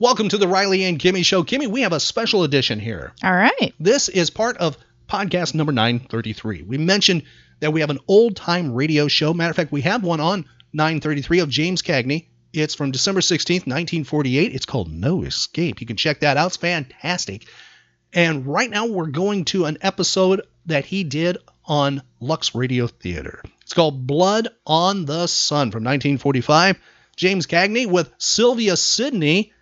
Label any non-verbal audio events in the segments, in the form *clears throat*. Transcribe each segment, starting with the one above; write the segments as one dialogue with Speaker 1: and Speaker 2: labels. Speaker 1: Welcome to the Riley and Kimmy Show. Kimmy, we have a special edition here.
Speaker 2: All right.
Speaker 1: This is part of podcast number 933. We mentioned that we have an old time radio show. Matter of fact, we have one on 933 of James Cagney. It's from December 16th, 1948. It's called No Escape. You can check that out. It's fantastic. And right now, we're going to an episode that he did on Lux Radio Theater. It's called Blood on the Sun from 1945. James Cagney with Sylvia Sidney.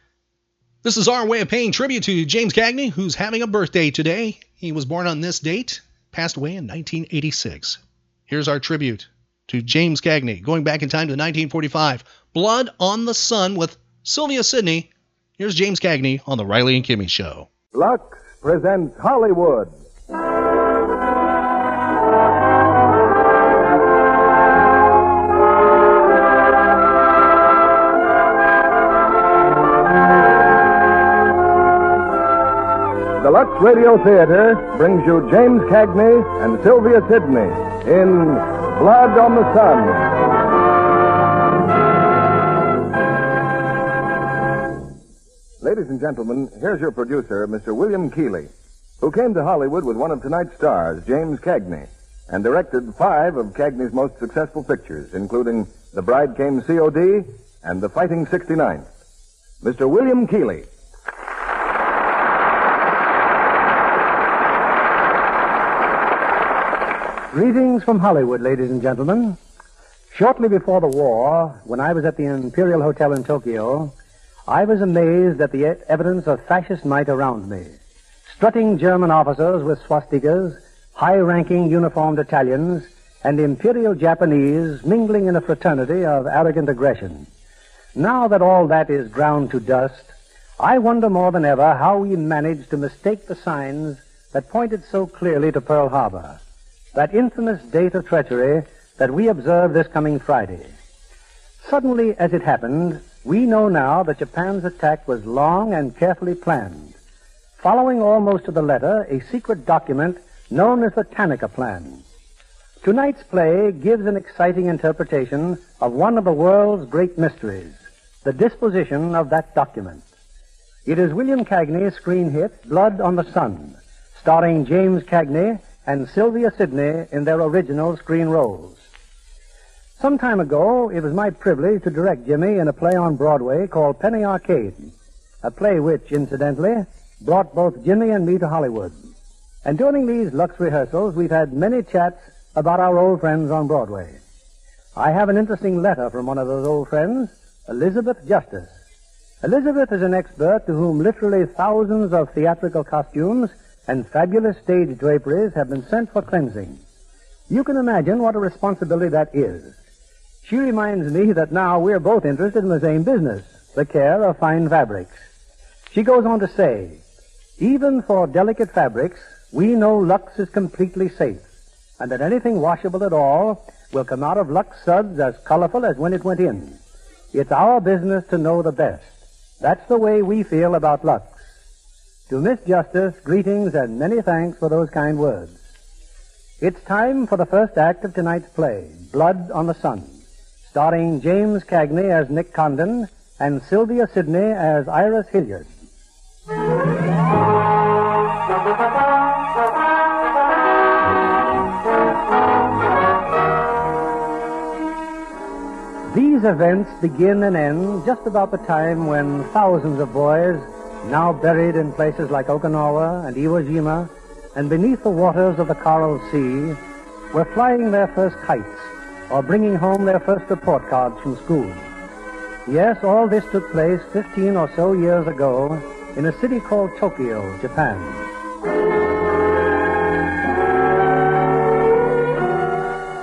Speaker 1: This is our way of paying tribute to James Cagney, who's having a birthday today. He was born on this date, passed away in 1986. Here's our tribute to James Cagney, going back in time to 1945. Blood on the Sun with Sylvia Sidney. Here's James Cagney on The Riley and Kimmy Show.
Speaker 3: Lux presents Hollywood. The Lux Radio Theater brings you James Cagney and Sylvia Sidney in Blood on the Sun. Ladies and gentlemen, here's your producer, Mr. William Keeley, who came to Hollywood with one of tonight's stars, James Cagney, and directed five of Cagney's most successful pictures, including The Bride Came COD and The Fighting 69th. Mr. William Keeley.
Speaker 4: Greetings from Hollywood, ladies and gentlemen. Shortly before the war, when I was at the Imperial Hotel in Tokyo, I was amazed at the e- evidence of fascist might around me. Strutting German officers with swastikas, high ranking uniformed Italians, and Imperial Japanese mingling in a fraternity of arrogant aggression. Now that all that is ground to dust, I wonder more than ever how we managed to mistake the signs that pointed so clearly to Pearl Harbor that infamous date of treachery that we observe this coming Friday. Suddenly, as it happened, we know now that Japan's attack was long and carefully planned, following almost to the letter a secret document known as the Tanaka Plan. Tonight's play gives an exciting interpretation of one of the world's great mysteries, the disposition of that document. It is William Cagney's screen hit, Blood on the Sun, starring James Cagney and Sylvia Sidney in their original screen roles. Some time ago, it was my privilege to direct Jimmy in a play on Broadway called Penny Arcade, a play which, incidentally, brought both Jimmy and me to Hollywood. And during these Lux rehearsals, we've had many chats about our old friends on Broadway. I have an interesting letter from one of those old friends, Elizabeth Justice. Elizabeth is an expert to whom literally thousands of theatrical costumes and fabulous stage draperies have been sent for cleansing. You can imagine what a responsibility that is. She reminds me that now we're both interested in the same business, the care of fine fabrics. She goes on to say, even for delicate fabrics, we know Lux is completely safe, and that anything washable at all will come out of Lux suds as colorful as when it went in. It's our business to know the best. That's the way we feel about Lux. To Miss Justice, greetings and many thanks for those kind words. It's time for the first act of tonight's play, Blood on the Sun, starring James Cagney as Nick Condon and Sylvia Sidney as Iris Hilliard. These events begin and end just about the time when thousands of boys, now buried in places like Okinawa and Iwo Jima, and beneath the waters of the Coral Sea, were flying their first kites or bringing home their first report cards from school. Yes, all this took place 15 or so years ago in a city called Tokyo, Japan.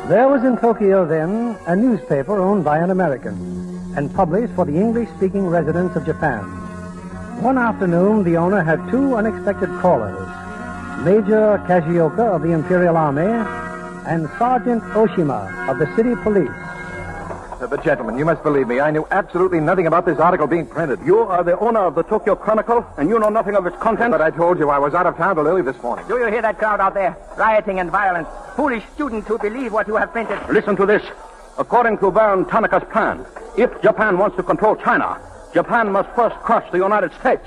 Speaker 4: There was in Tokyo then a newspaper owned by an American and published for the English speaking residents of Japan. One afternoon, the owner had two unexpected callers Major Kajioka of the Imperial Army and Sergeant Oshima of the City Police.
Speaker 5: But, gentlemen, you must believe me. I knew absolutely nothing about this article being printed. You are the owner of the Tokyo Chronicle, and you know nothing of its contents? But I told you I was out of town till early this morning.
Speaker 6: Do you hear that crowd out there? Rioting and violence. Foolish students who believe what you have printed.
Speaker 5: Listen to this. According to Baron Tanaka's plan, if Japan wants to control China, Japan must first crush the United States.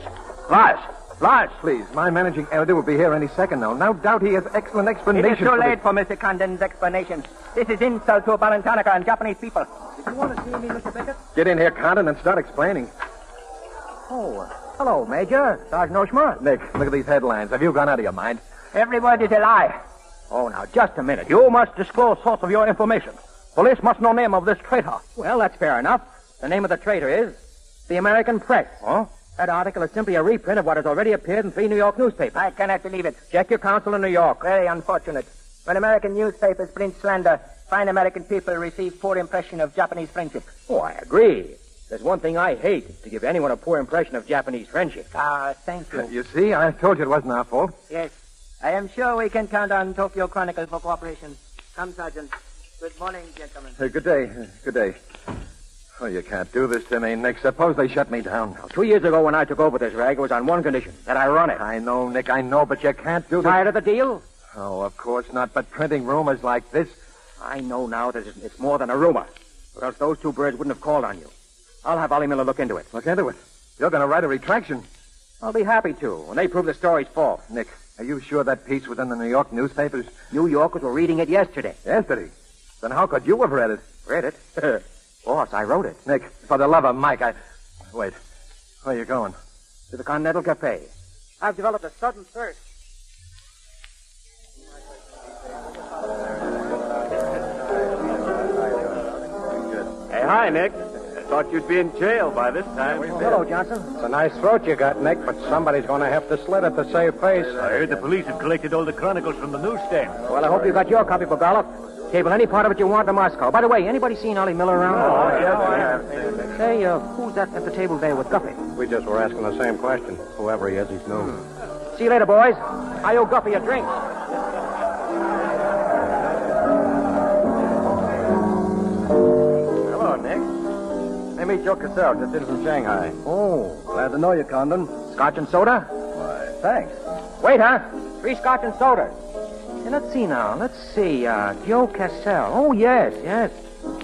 Speaker 5: Lies. Lies. Please, my managing editor will be here any second now. No doubt he has excellent
Speaker 6: It
Speaker 5: explanations.
Speaker 6: is too late for Mr. Condon's explanation. This is insult to Baron Tanaka and Japanese people. Did you want to see me, Mr. Beckett?
Speaker 5: Get in here, Condon, and start explaining.
Speaker 6: Oh, hello, Major. Sergeant Oshima.
Speaker 5: Nick, look at these headlines. Have you gone out of your mind?
Speaker 6: Every word is a lie.
Speaker 5: Oh, now, just a minute. You must disclose source of your information. Police must know name of this traitor.
Speaker 6: Well, that's fair enough. The name of the traitor is the American Press.
Speaker 5: Huh?
Speaker 6: That article is simply a reprint of what has already appeared in three New York newspapers. I cannot believe it. Check your counsel in New York. Very unfortunate. When American newspapers print slander, fine American people receive poor impression of Japanese friendship.
Speaker 7: Oh, I agree. There's one thing I hate to give anyone a poor impression of Japanese friendship.
Speaker 6: Ah, thank you.
Speaker 5: You see, I told you it wasn't our fault.
Speaker 6: Yes. I am sure we can count on Tokyo Chronicle for cooperation. Come, Sergeant. Good morning, gentlemen.
Speaker 5: Uh, good day. Uh, Good day. Oh, you can't do this to me, Nick. Suppose they shut me down. now.
Speaker 7: Two years ago, when I took over this rag, it was on one condition that I run it.
Speaker 5: I know, Nick, I know, but you can't do this.
Speaker 7: Tired of the deal?
Speaker 5: Oh, of course not, but printing rumors like this.
Speaker 7: I know now that it's it's more than a rumor, or else those two birds wouldn't have called on you. I'll have Ollie Miller look into it.
Speaker 5: Look into it. You're going to write a retraction.
Speaker 7: I'll be happy to when they prove the story's false.
Speaker 5: Nick, are you sure that piece was in the New York newspapers
Speaker 7: New Yorkers were reading it yesterday.
Speaker 5: yesterday? Then how could you have read it? *laughs*
Speaker 7: Read it? Boss, I wrote it.
Speaker 5: Nick, for the love of Mike, I. Wait. Where are you going?
Speaker 7: To the Continental Cafe.
Speaker 6: I've developed a sudden thirst.
Speaker 8: Hey, hi, Nick. I thought you'd be in jail by this time.
Speaker 7: Hello, Johnson.
Speaker 4: It's a nice throat you got, Nick, but somebody's going to have to slit it to save face.
Speaker 8: I heard the police had collected all the chronicles from the newsstand.
Speaker 7: Well, I hope you got your copy, Bogalov. Table any part of it you want to Moscow. By the way, anybody seen Ollie Miller around?
Speaker 5: Oh,
Speaker 8: Oh,
Speaker 7: Say, uh, who's that at the table there with Guffey?
Speaker 4: We just were asking the same question. Whoever he is, he's new.
Speaker 7: See you later, boys. I owe Guffey a drink.
Speaker 5: Hello, Nick. Let me Joe Cassell, just in from Shanghai. Oh, glad to know you, Condon.
Speaker 7: Scotch and soda?
Speaker 5: Why, thanks.
Speaker 7: Wait, huh? Three scotch and sodas. Hey, let's see now. Let's see. Uh, Joe Cassell. Oh, yes, yes.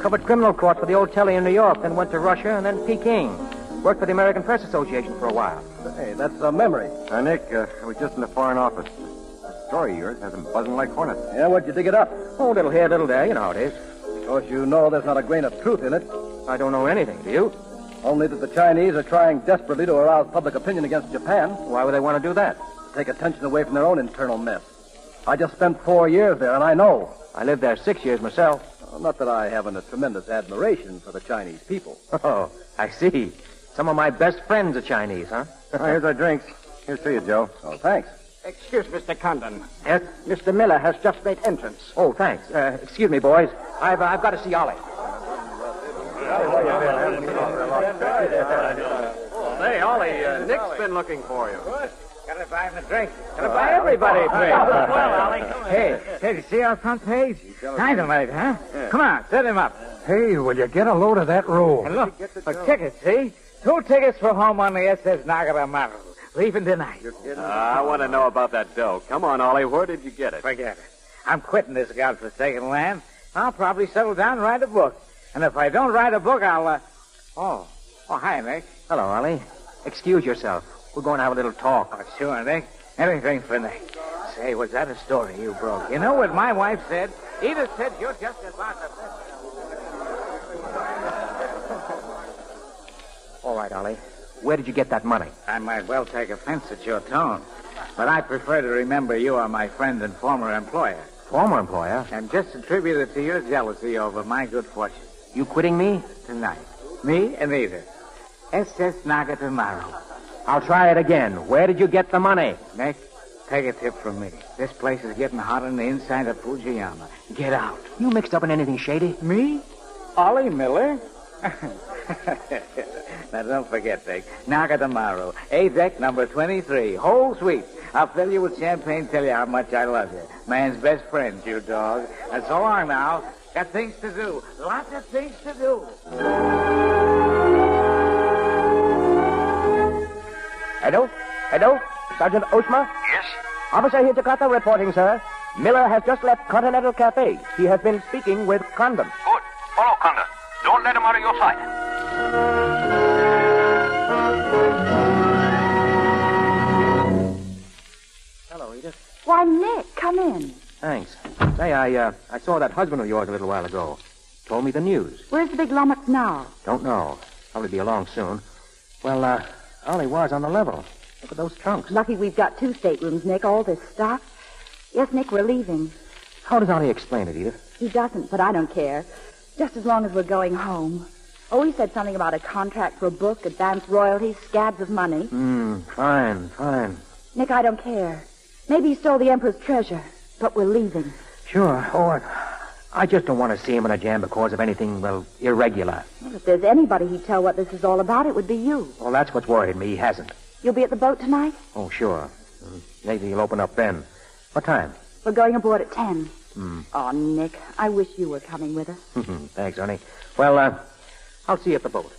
Speaker 7: Covered criminal court for the old telly in New York, then went to Russia and then Peking. Worked for the American Press Association for a while.
Speaker 5: Hey, that's a memory. Nick, uh, I was just in the Foreign Office. The story of yours has them buzzing like hornets. Yeah, what'd you dig it up?
Speaker 7: Oh, little here, little there. You know how it is.
Speaker 5: Of course, you know there's not a grain of truth in it,
Speaker 7: I don't know anything, do you?
Speaker 5: only that the Chinese are trying desperately to arouse public opinion against Japan,
Speaker 7: Why would they want to do that?
Speaker 5: take attention away from their own internal mess. I just spent four years there, and I know.
Speaker 7: I lived there six years myself.
Speaker 5: Uh, Not that I haven't a tremendous admiration for the Chinese
Speaker 7: *laughs*
Speaker 5: people.
Speaker 7: *laughs* Oh, I see. Some of my best friends are Chinese, huh?
Speaker 5: here's our drinks. Here's to you, Joe. Oh, thanks.
Speaker 6: Excuse Mr. Condon.
Speaker 7: Yes?
Speaker 6: Mr. Miller has just made entrance.
Speaker 7: Oh, thanks. Uh, excuse me, boys. I've, uh, I've got to see Ollie.
Speaker 8: Hey, Ollie, uh, Nick's been looking for you.
Speaker 6: Gotta buy him a drink.
Speaker 7: Gonna buy everybody a drink.
Speaker 6: Oh, Hey, hey, you see our front page? Dynamite, huh? Come on, set him up.
Speaker 4: Hey, will you get a load of that roll?
Speaker 6: And look, a ticket, see? Two tickets for home on the SS Nagaramaru. Leaving tonight. Ah,
Speaker 8: Uh, I want to know about that dough. Come on, Ollie, where did you get it?
Speaker 6: Forget it. I'm quitting this godforsaken land. I'll probably settle down and write a book. And if I don't write a book, I'll, uh... Oh. Oh, hi, Nick.
Speaker 7: Hello, Ollie. Excuse yourself. We're going to have a little talk.
Speaker 6: Oh, sure, Nick. Anything for Nick. Say, was that a story you broke? You know what my wife said? Edith said you're just about the best.
Speaker 7: All right, Ollie. Where did you get that money?
Speaker 6: I might well take offense at your tone, but I prefer to remember you are my friend and former employer,
Speaker 7: Former employer.
Speaker 6: and just attribute it to your jealousy over my good fortune
Speaker 7: You quitting me?
Speaker 6: tonight. Me and Edith. SS Naga tomorrow.
Speaker 7: I'll try it again. Where did you get the money?
Speaker 6: Nick, take a tip from me. This place is getting hot on the inside of Fujiyama. Get out.
Speaker 7: You mixed up in anything shady?
Speaker 6: Me? Ollie Miller?
Speaker 7: *laughs* now, don't forget, Vic. Nakatamaro, A deck number 23, whole suite. I'll fill you with champagne, tell you how much I love you. Man's best friend, you dog. And so long now. Got things to do. Lots of things to do.
Speaker 9: Hello? Hello? Sergeant Oshma?
Speaker 10: Yes?
Speaker 9: Officer Hijikata reporting, sir. Miller has just left Continental Cafe. He has been speaking with Condon.
Speaker 5: Good. Follow Conga. Don't let him out of your sight.
Speaker 7: Hello, Edith.
Speaker 11: Why, Nick, come in.
Speaker 7: Thanks. Say, I, uh, I saw that husband of yours a little while ago. Told me the news.
Speaker 11: Where's the big lummox now?
Speaker 7: Don't know. Probably be along soon. Well, uh, all he was on the level. Look at those trunks.
Speaker 11: Lucky we've got two staterooms, Nick. All this stuff. Yes, Nick, we're leaving.
Speaker 7: How does Ollie explain it, Edith?
Speaker 11: He doesn't, but I don't care. Just as long as we're going home. Oh, he said something about a contract for a book, advance royalties, scads of money.
Speaker 7: Hmm, fine, fine.
Speaker 11: Nick, I don't care. Maybe he stole the Emperor's treasure, but we're leaving.
Speaker 7: Sure. Oh, I, I just don't want to see him in a jam because of anything, well, irregular.
Speaker 11: Well, if there's anybody he'd tell what this is all about, it would be you.
Speaker 7: Well, that's what's worried me. He hasn't.
Speaker 11: You'll be at the boat tonight?
Speaker 7: Oh, sure. Mm, Maybe he'll open up then. What time?
Speaker 11: We're going aboard at 10. Oh, Nick, I wish you were coming with us.
Speaker 7: Hmm, Thanks, honey. Well, uh, I'll see you at the boat.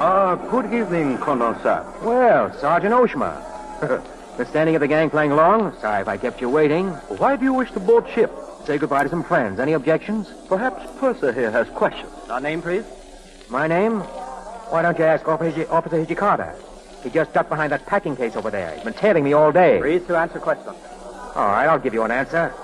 Speaker 12: Ah, good evening, Colonel Sir.
Speaker 7: Well, Sergeant Oshma. *laughs* Been standing at the gangplank long? Sorry if I kept you waiting.
Speaker 12: Why do you wish to board ship?
Speaker 7: Say goodbye to some friends. Any objections?
Speaker 12: Perhaps Purser here has questions.
Speaker 13: Our name, please?
Speaker 7: My name? Why don't you ask Officer Hiji- Officer Hijikata? He just ducked behind that packing case over there. He's been tailing me all day.
Speaker 13: Please to answer questions.
Speaker 7: All right, I'll give you an answer.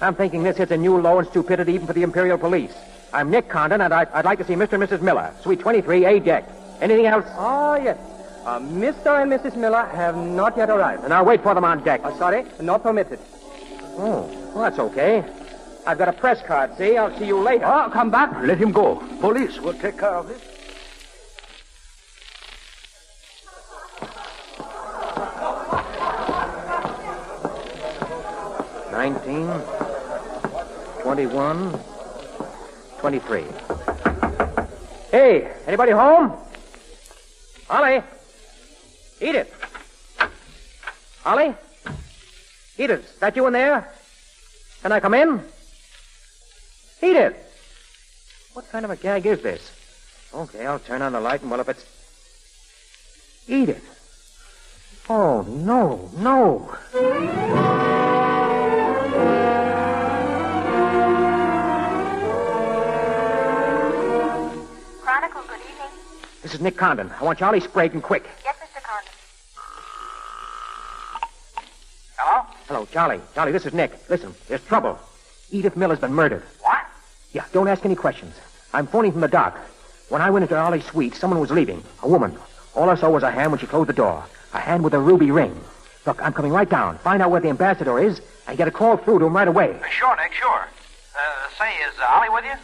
Speaker 7: I'm thinking this hits a new low in stupidity even for the Imperial Police. I'm Nick Condon, and I, I'd like to see Mr. and Mrs. Miller, Suite 23, A deck. Anything else?
Speaker 9: Ah, yes. Uh, Mr. and Mrs. Miller have not yet arrived.
Speaker 7: And I'll wait for them on deck.
Speaker 9: Uh, sorry, not permitted.
Speaker 7: Oh, well, that's okay. I've got a press card, see? I'll see you later.
Speaker 9: Oh,
Speaker 12: Ah, come back. Let him go. Police will take care of this.
Speaker 7: Nineteen, twenty-one, twenty-three. Hey, anybody home? Ollie? Edith? Ollie? Edith, is that you in there? Can I come in? Edith! What kind of a gag is this? Okay, I'll turn on the light and well, if it's. Edith. Oh, no, no.
Speaker 3: Chronicle, good evening.
Speaker 7: This is Nick Condon. I want Charlie sprayed and quick.
Speaker 3: Yes, Mr. Condon.
Speaker 5: Hello?
Speaker 7: Hello, Charlie. Charlie, this is Nick. Listen, there's trouble. Edith Miller's been murdered.
Speaker 5: What?
Speaker 7: Yeah, don't ask any questions. I'm phoning from the dock. When I went into Ollie's suite, someone was leaving. A woman. All I saw was a hand when she closed the door. A hand with a ruby ring. Look, I'm coming right down. Find out where the ambassador is and get a call through to him right away.
Speaker 5: Sure, Nick, sure. Uh, say, is uh, Ollie with you?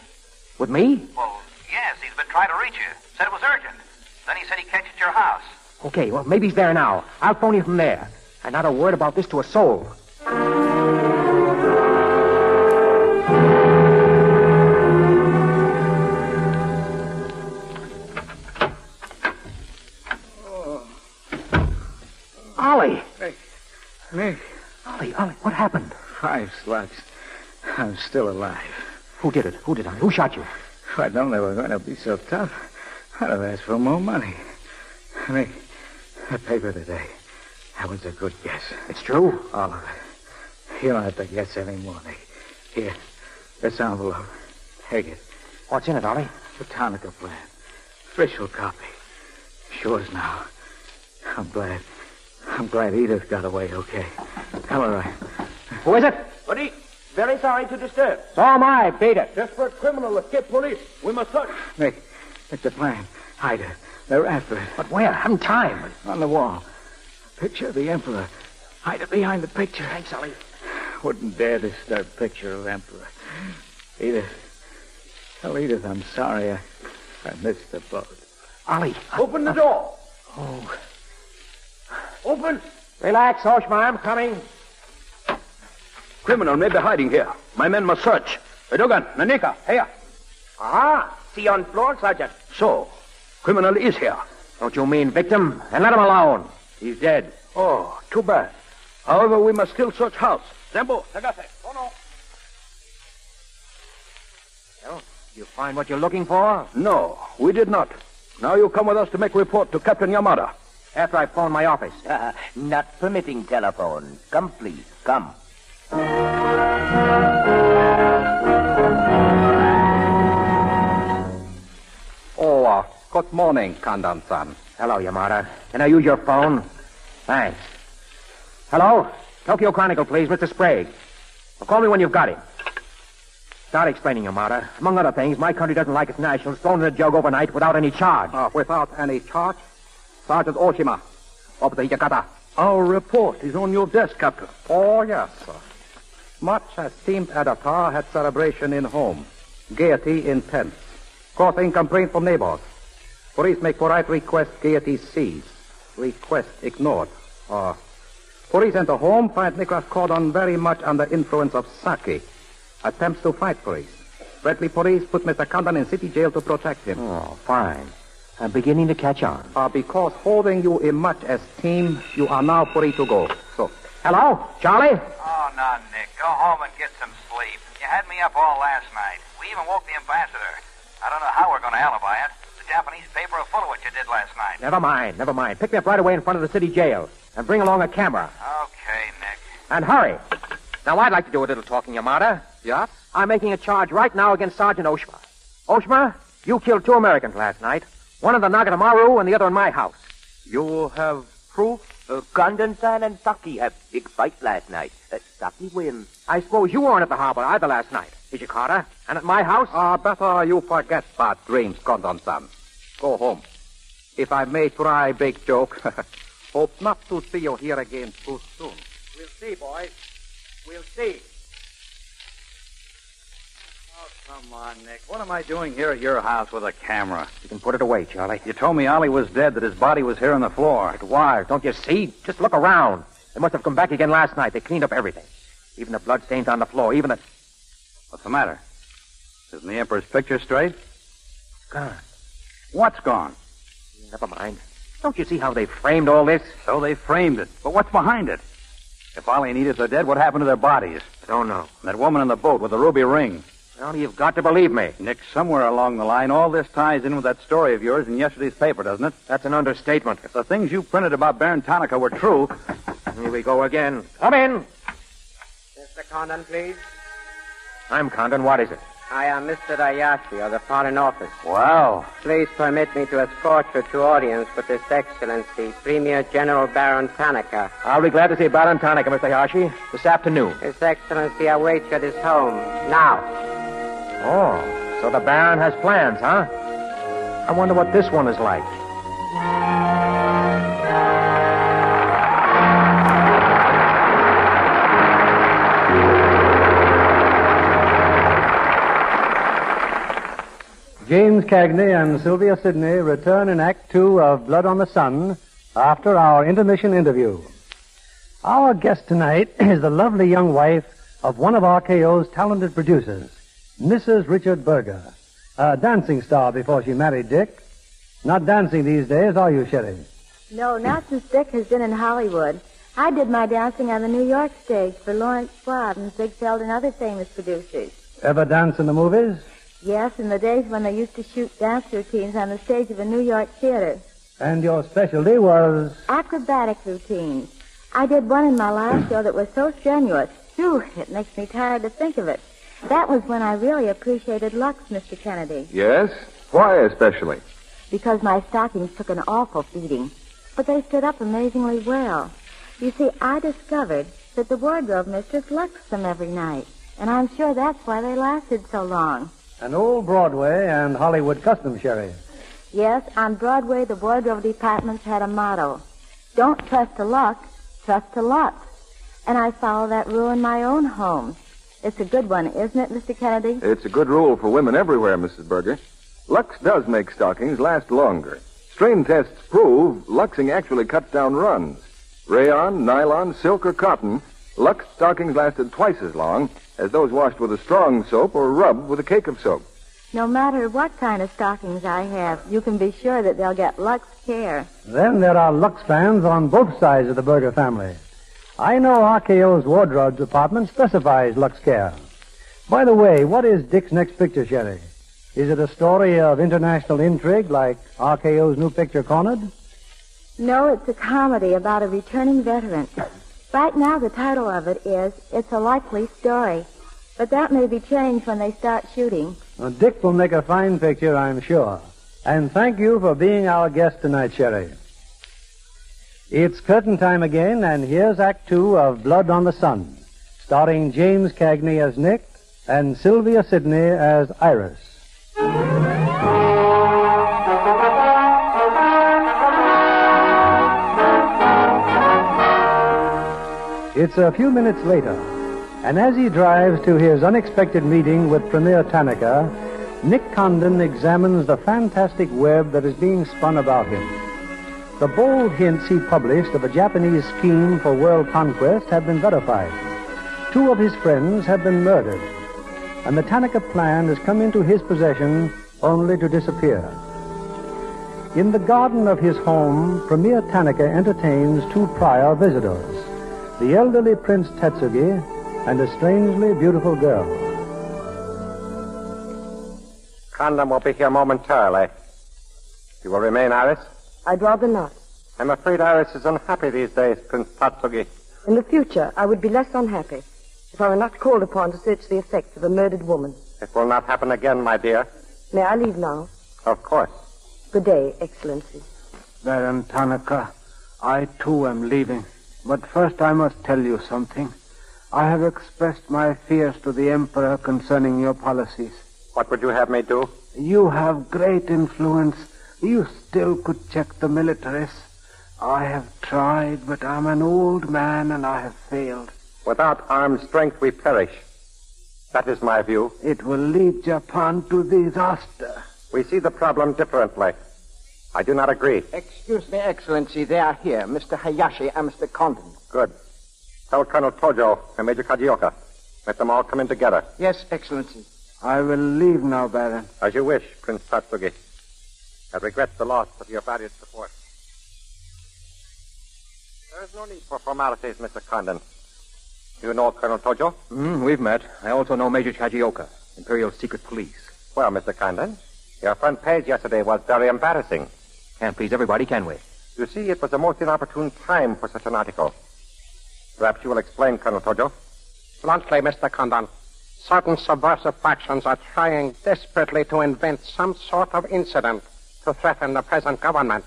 Speaker 7: With me?
Speaker 5: Well, yes, he's been trying to reach you. Said it was urgent. Then he said he'd catch you at your house.
Speaker 7: Okay, well, maybe he's there now. I'll phone you from there. And not a word about this to a soul. Ollie!
Speaker 6: Nick,
Speaker 7: Ollie, Ollie, what happened?
Speaker 6: five slugs. I'm still alive.
Speaker 7: Who did it? Who did I? Who shot you?
Speaker 6: If I'd known they were going to be so tough, I'd have asked for more money. Nick, that paper today, that was a good guess.
Speaker 7: It's true.
Speaker 6: All of it. You don't have to guess anymore, Nick. Here, this envelope. Take it.
Speaker 7: What's in it, Ollie?
Speaker 6: Botanica plan. Official copy. Yours now. I'm glad. I'm glad Edith got away okay. Tell her I...
Speaker 7: Who is it?
Speaker 13: Buddy, very sorry to disturb.
Speaker 7: So am I. Beat it.
Speaker 13: Desperate criminal escaped police. We must search.
Speaker 6: Nick, it's a plan. Hide her. They're after it.
Speaker 7: But where? I haven't time.
Speaker 6: On the wall. Picture of the Emperor. Hide it behind the picture.
Speaker 7: Thanks, Ollie.
Speaker 6: Wouldn't dare disturb picture of Emperor. Edith. Tell Edith I'm sorry I, I missed the boat.
Speaker 7: Ollie.
Speaker 13: Open the door.
Speaker 7: Oh.
Speaker 13: Open.
Speaker 7: Relax, Oshma. I'm coming.
Speaker 14: Criminal may be hiding here. My men must search. Redogan, Nanika, here.
Speaker 7: Ah, see on floor, Sergeant.
Speaker 14: So, criminal is here.
Speaker 7: Don't you mean victim? And let him alone. He's dead.
Speaker 14: Oh, too bad. However, we must still search house. Zembo, Nagase, Ono.
Speaker 7: Well, you find what you're looking for?
Speaker 14: No, we did not. Now you come with us to make report to Captain Yamada.
Speaker 7: After I phone my office.
Speaker 15: *laughs* Not permitting telephone. Come, please. Come.
Speaker 7: Oh, uh, good morning, Condon-san. Hello, Yamada. Can I use your phone? Thanks. Hello? Tokyo Chronicle, please. Mr. Sprague. Well, call me when you've got him. Start explaining, Yamada. Among other things, my country doesn't like its nationals thrown in a jug overnight without any charge.
Speaker 14: Uh, without any charge? Sergeant Oshima, of the Yakata. Our report is on your desk, Captain.
Speaker 16: Oh, yes, sir. Much esteemed editor had celebration in home. Gaiety intense. Causing complaint from neighbors. Police make polite request, gaiety seized. Request ignored. Uh, police enter home, find Nicholas Cordon very much under influence of sake. Attempts to fight police. Bradley police put Mr. Condon in city jail to protect him.
Speaker 7: Oh, fine. I'm beginning to catch on.
Speaker 16: Uh, because holding you in much esteem, you are now free to go. So,
Speaker 7: hello, Charlie?
Speaker 17: Oh, no, Nick. Go home and get some sleep. You had me up all last night. We even woke the ambassador. I don't know how we're going to alibi it. The Japanese paper are full of what you did last night.
Speaker 7: Never mind, never mind. Pick me up right away in front of the city jail. And bring along a camera.
Speaker 17: Okay, Nick.
Speaker 7: And hurry. Now, I'd like to do a little talking, Yamada.
Speaker 16: Yeah?
Speaker 7: I'm making a charge right now against Sergeant Oshma. Oshma, you killed two Americans last night. One in the Naganamaru and the other in my house.
Speaker 15: You have proof? Uh, Condon-san and Saki had big fight last night. Uh, Saki win.
Speaker 7: I suppose you weren't at the harbor either last night, Hijikata, and at my house?
Speaker 16: Ah, uh, better you forget bad dreams, Condon-san. Go home. If I may try big joke, *laughs* hope not to see you here again too soon.
Speaker 7: We'll see, boys. We'll see.
Speaker 6: Oh, come on, Nick. What am I doing here at your house with a camera?
Speaker 7: You can put it away, Charlie.
Speaker 6: You told me Ollie was dead, that his body was here on the floor.
Speaker 7: It was. Don't you see? Just look around. They must have come back again last night. They cleaned up everything. Even the bloodstains on the floor, even the.
Speaker 6: What's the matter? Isn't the Emperor's picture straight?
Speaker 7: It's gone.
Speaker 6: What's gone?
Speaker 7: Never mind. Don't you see how they framed all this?
Speaker 6: So they framed it. But what's behind it? If Ollie and Edith are dead, what happened to their bodies?
Speaker 7: I don't know.
Speaker 6: And that woman in the boat with the ruby ring.
Speaker 7: Well, you've got to believe me.
Speaker 6: Nick, somewhere along the line, all this ties in with that story of yours in yesterday's paper, doesn't it?
Speaker 7: That's an understatement.
Speaker 6: If the things you printed about Baron Tonica were true.
Speaker 7: Here we go again. Come in.
Speaker 18: Mr. Condon, please.
Speaker 7: I'm Condon. What is it?
Speaker 18: I am Mr. Dayashi of the Foreign Office.
Speaker 7: Wow.
Speaker 18: Please permit me to escort you to audience with His Excellency, Premier General Baron Tanaka.
Speaker 7: I'll be glad to see Baron Tanaka, Mr. Hayashi, this afternoon.
Speaker 18: His Excellency awaits you at his home, now.
Speaker 7: Oh, so the Baron has plans, huh? I wonder what this one is like.
Speaker 4: James Cagney and Sylvia Sidney return in Act Two of Blood on the Sun after our intermission interview. Our guest tonight *clears throat* is the lovely young wife of one of RKO's talented producers. Mrs. Richard Berger, a dancing star before she married Dick. Not dancing these days, are you, Sherry?
Speaker 19: No, not since Dick has been in Hollywood. I did my dancing on the New York stage for Lawrence Schwab and Ziegfeld and other famous producers.
Speaker 4: Ever dance in the movies?
Speaker 19: Yes, in the days when they used to shoot dance routines on the stage of a New York theater.
Speaker 4: And your specialty was?
Speaker 19: Acrobatic routines. I did one in my last show that was so strenuous. Phew, it makes me tired to think of it. That was when I really appreciated Lux, Mr. Kennedy.
Speaker 3: Yes? Why especially?
Speaker 19: Because my stockings took an awful beating. But they stood up amazingly well. You see, I discovered that the wardrobe mistress luxed them every night. And I'm sure that's why they lasted so long.
Speaker 4: An old Broadway and Hollywood custom, Sherry.
Speaker 19: Yes, on Broadway, the wardrobe departments had a motto. Don't trust to luck, trust to Lux. And I follow that rule in my own home. It's a good one, isn't it, Mr. Kennedy?
Speaker 3: It's a good rule for women everywhere, Mrs. Berger. Lux does make stockings last longer. Strain tests prove Luxing actually cuts down runs. Rayon, nylon, silk, or cotton Lux stockings lasted twice as long as those washed with a strong soap or rubbed with a cake of soap.
Speaker 19: No matter what kind of stockings I have, you can be sure that they'll get Lux Care.
Speaker 4: Then there are Lux fans on both sides of the Berger family. I know RKO's wardrobe department specifies Lux Care. By the way, what is Dick's next picture, Sherry? Is it a story of international intrigue like RKO's new picture, Cornered?
Speaker 19: No, it's a comedy about a returning veteran. Right now, the title of it is It's a Likely Story. But that may be changed when they start shooting.
Speaker 4: Well, Uh, Dick will make a fine picture, I'm sure. And thank you for being our guest tonight, Sherry. It's curtain time again, and here's Act Two of Blood on the Sun, starring James Cagney as Nick and Sylvia Sidney as Iris. It's a few minutes later, and as he drives to his unexpected meeting with Premier Tanaka, Nick Condon examines the fantastic web that is being spun about him. The bold hints he published of a Japanese scheme for world conquest have been verified. Two of his friends have been murdered, and the Tanaka plan has come into his possession only to disappear. In the garden of his home, Premier Tanaka entertains two prior visitors, the elderly Prince Tetsugi and a strangely beautiful girl.
Speaker 8: Condom will be here momentarily. You will remain, Iris?
Speaker 20: I'd rather not.
Speaker 8: I'm afraid Iris is unhappy these days, Prince Tatsugi.
Speaker 20: In the future, I would be less unhappy if I were not called upon to search the effects of a murdered woman.
Speaker 8: It will not happen again, my dear.
Speaker 20: May I leave now?
Speaker 8: Of course.
Speaker 20: Good day, Excellency.
Speaker 21: Baron Tanaka, I too am leaving. But first I must tell you something. I have expressed my fears to the Emperor concerning your policies.
Speaker 8: What would you have me do?
Speaker 21: You have great influence. You still could check the militarists. I have tried, but I'm an old man and I have failed.
Speaker 8: Without armed strength, we perish. That is my view.
Speaker 21: It will lead Japan to disaster.
Speaker 8: We see the problem differently. I do not agree.
Speaker 22: Excuse me, Excellency, they are here, Mr. Hayashi and Mr. Condon.
Speaker 8: Good. Tell Colonel Tojo and Major Kajioka. Let them all come in together.
Speaker 22: Yes, Excellency.
Speaker 21: I will leave now, Baron.
Speaker 8: As you wish, Prince Tatsugi. I regret the loss of your valued support. There is no need for formalities, Mr. Condon. Do you know Colonel Tojo?
Speaker 7: Mm, we've met. I also know Major Kajioka, Imperial Secret Police.
Speaker 8: Well, Mr. Condon, your front page yesterday was very embarrassing.
Speaker 7: Can't please everybody, can we?
Speaker 8: You see, it was a most inopportune time for such an article. Perhaps you will explain, Colonel Tojo.
Speaker 23: Bluntly, Mr. Condon, certain subversive factions are trying desperately to invent some sort of incident to threaten the present government.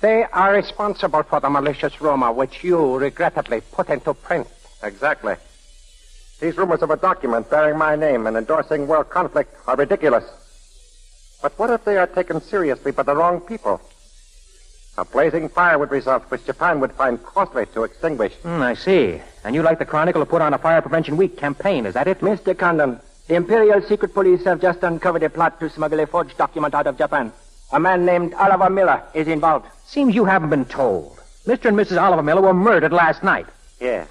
Speaker 23: They are responsible for the malicious rumor which you regrettably put into print.
Speaker 8: Exactly. These rumors of a document bearing my name and endorsing world conflict are ridiculous. But what if they are taken seriously by the wrong people? A blazing fire would result, which Japan would find costly to extinguish.
Speaker 7: Hmm, I see. And you'd like the Chronicle to put on a Fire Prevention Week campaign, is that it?
Speaker 22: Mr. Condon, the Imperial Secret Police have just uncovered a plot to smuggle a forged document out of Japan. A man named Oliver Miller is involved.
Speaker 7: Seems you haven't been told. Mr. and Mrs. Oliver Miller were murdered last night.
Speaker 8: Yes.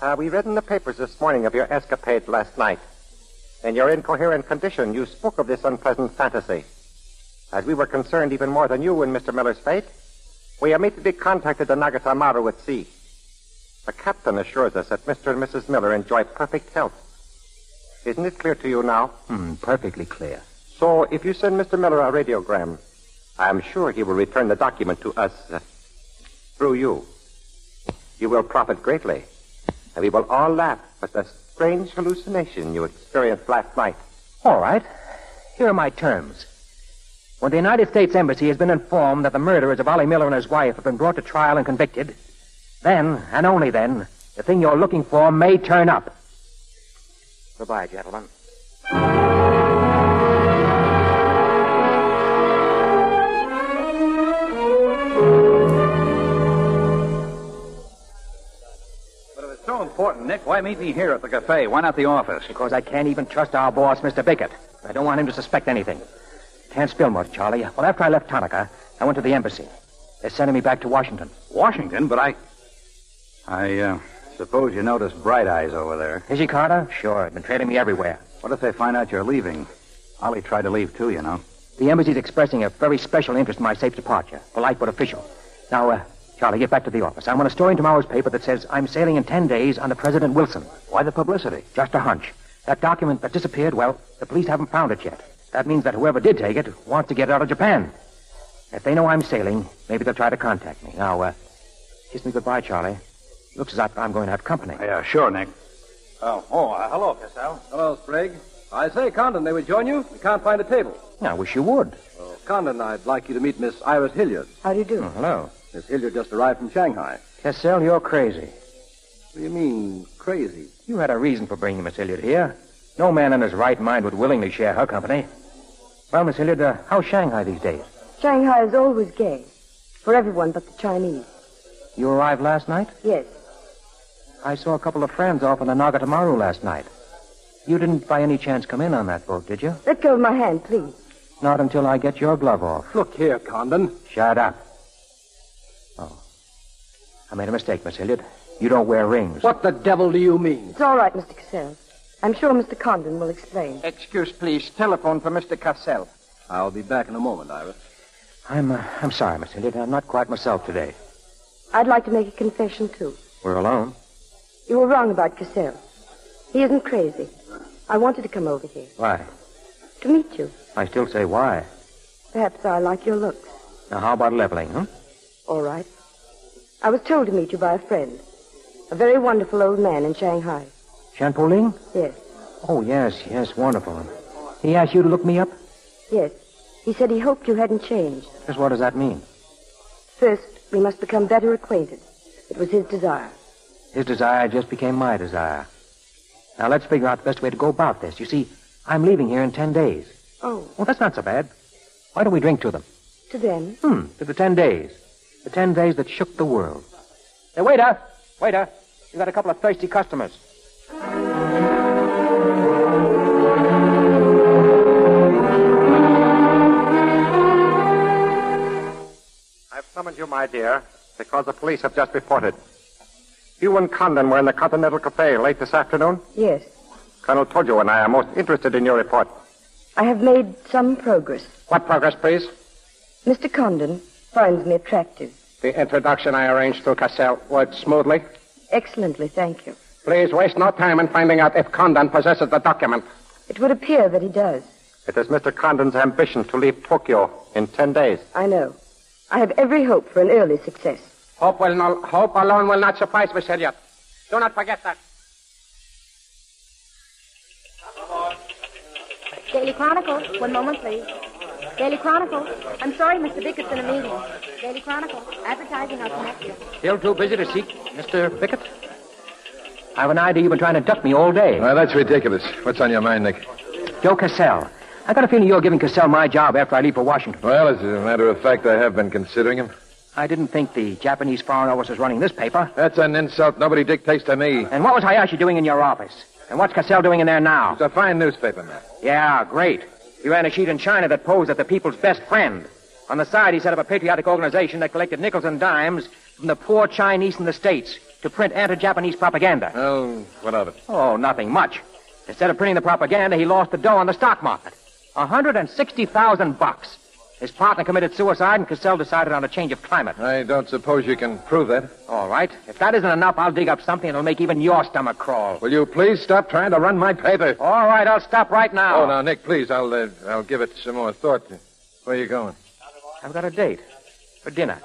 Speaker 8: Uh, we read in the papers this morning of your escapade last night. In your incoherent condition, you spoke of this unpleasant fantasy. As we were concerned even more than you in Mr. Miller's fate, we immediately contacted the Nagata Maru at sea. The captain assures us that Mr. and Mrs. Miller enjoy perfect health. Isn't it clear to you now?
Speaker 7: Hmm, perfectly clear.
Speaker 8: So, if you send Mr. Miller a radiogram, I'm sure he will return the document to us uh, through you. You will profit greatly, and we will all laugh at the strange hallucination you experienced last night.
Speaker 7: All right. Here are my terms. When the United States Embassy has been informed that the murderers of Ollie Miller and his wife have been brought to trial and convicted, then, and only then, the thing you're looking for may turn up. Goodbye, gentlemen.
Speaker 5: But if it's so important, Nick, why meet me here at the cafe? Why not the office?
Speaker 7: Because I can't even trust our boss, Mr. Bickett. I don't want him to suspect anything. Can't spill much, Charlie. Well, after I left Tonica, I went to the embassy. They're sending me back to Washington.
Speaker 5: Washington, but I. I, uh,
Speaker 24: Suppose you notice Bright Eyes over there.
Speaker 7: Is he Carter?
Speaker 24: Sure, he's been trailing me everywhere. What if they find out you're leaving? Ollie tried to leave too, you know.
Speaker 7: The embassy's expressing a very special interest in my safe departure. Polite but official. Now, uh, Charlie, get back to the office. I want a story in tomorrow's paper that says I'm sailing in ten days under President Wilson.
Speaker 24: Why the publicity?
Speaker 7: Just a hunch. That document that disappeared, well, the police haven't found it yet. That means that whoever did take it wants to get it out of Japan. If they know I'm sailing, maybe they'll try to contact me. Now, uh, kiss me goodbye, Charlie. Looks as if I'm going to have company.
Speaker 24: Yeah, sure, Nick.
Speaker 5: Oh, oh, uh, hello, Cassell. Hello, Sprague. I say, Condon, they would join you. We can't find a table.
Speaker 7: I wish you would.
Speaker 5: Well, Condon, I'd like you to meet Miss Iris Hilliard.
Speaker 20: How do you do?
Speaker 7: Oh, hello.
Speaker 5: Miss Hilliard just arrived from Shanghai.
Speaker 7: Cassell, you're crazy.
Speaker 5: What do you mean, crazy?
Speaker 7: You had a reason for bringing Miss Hilliard here. No man in his right mind would willingly share her company. Well, Miss Hilliard, uh, how's Shanghai these days?
Speaker 20: Shanghai is always gay. For everyone but the Chinese.
Speaker 7: You arrived last night?
Speaker 20: Yes.
Speaker 7: I saw a couple of friends off on the Nagatamaru last night. You didn't by any chance come in on that boat, did you?
Speaker 20: Let go of my hand, please.
Speaker 7: Not until I get your glove off.
Speaker 5: Look here, Condon.
Speaker 7: Shut up. Oh. I made a mistake, Miss Hilliard. You don't wear rings.
Speaker 5: What the devil do you mean?
Speaker 20: It's all right, Mr. Cassell. I'm sure Mr. Condon will explain.
Speaker 14: Excuse, please. Telephone for Mr. Cassell.
Speaker 5: I'll be back in a moment, Iris.
Speaker 7: I'm, uh, I'm sorry, Miss Hilliard. I'm not quite myself today.
Speaker 20: I'd like to make a confession, too.
Speaker 7: We're alone.
Speaker 20: You were wrong about Cassell. He isn't crazy. I wanted to come over here
Speaker 7: Why?
Speaker 20: to meet you.
Speaker 7: I still say why.
Speaker 20: Perhaps I like your looks.
Speaker 7: Now, how about leveling, huh?
Speaker 20: All right. I was told to meet you by a friend, a very wonderful old man in Shanghai.
Speaker 7: Shanpoling?
Speaker 20: Yes,
Speaker 7: Oh, yes, yes, wonderful. He asked you to look me up?
Speaker 20: yes. He said he hoped you hadn't changed.
Speaker 7: Just what does that mean?
Speaker 20: First, we must become better acquainted. It was his desire.
Speaker 7: His desire just became my desire. Now, let's figure out the best way to go about this. You see, I'm leaving here in ten days.
Speaker 20: Oh,
Speaker 7: Well, that's not so bad. Why don't we drink to them?
Speaker 20: to them?
Speaker 7: Hmm, to the ten days. The ten days that shook the world. Hey, waiter! Waiter! You got a couple of thirsty customers.
Speaker 8: I've summoned you, my dear, because the police have just reported. You and Condon were in the Continental Cafe late this afternoon.
Speaker 20: Yes.
Speaker 8: Colonel Tojo and I are most interested in your report.
Speaker 20: I have made some progress.
Speaker 8: What progress, please?
Speaker 20: Mr. Condon finds me attractive.
Speaker 8: The introduction I arranged through Cassell worked smoothly.
Speaker 20: Excellently, thank you.
Speaker 8: Please waste no time in finding out if Condon possesses the document.
Speaker 20: It would appear that he does.
Speaker 8: It is Mr. Condon's ambition to leave Tokyo in ten days.
Speaker 20: I know. I have every hope for an early success.
Speaker 8: Hope, will not, hope alone will not suffice, Miss Elliot. Do not forget that.
Speaker 25: Daily Chronicle. One moment, please. Daily Chronicle. I'm sorry, Mr. Bickett's in a meeting. Daily Chronicle. Advertising, I'll connect you.
Speaker 7: Still too busy to seek Mr. Bickett? I have an idea you've been trying to duck me all day.
Speaker 3: Well, that's ridiculous. What's on your mind, Nick?
Speaker 7: Joe Cassell. I got a feeling you're giving Cassell my job after I leave for Washington.
Speaker 3: Well, as a matter of fact, I have been considering him.
Speaker 7: I didn't think the Japanese foreign office was running this paper.
Speaker 3: That's an insult nobody dictates to me.
Speaker 7: And what was Hayashi doing in your office? And what's Cassell doing in there now?
Speaker 3: It's a fine newspaper, man.
Speaker 7: Yeah, great. He ran a sheet in China that posed as the people's best friend. On the side, he set up a patriotic organization that collected nickels and dimes from the poor Chinese in the States to print anti-Japanese propaganda.
Speaker 3: Well, what of it?
Speaker 7: Oh, nothing much. Instead of printing the propaganda, he lost the dough on the stock market. A hundred and sixty thousand bucks. His partner committed suicide, and Cassell decided on a change of climate.
Speaker 3: I don't suppose you can prove that.
Speaker 7: All right. If that isn't enough, I'll dig up something that'll make even your stomach crawl.
Speaker 3: Will you please stop trying to run my paper?
Speaker 7: All right, I'll stop right now.
Speaker 3: Oh, now, Nick, please, I'll uh, I'll give it some more thought. Where are you going?
Speaker 7: I've got a date for dinner.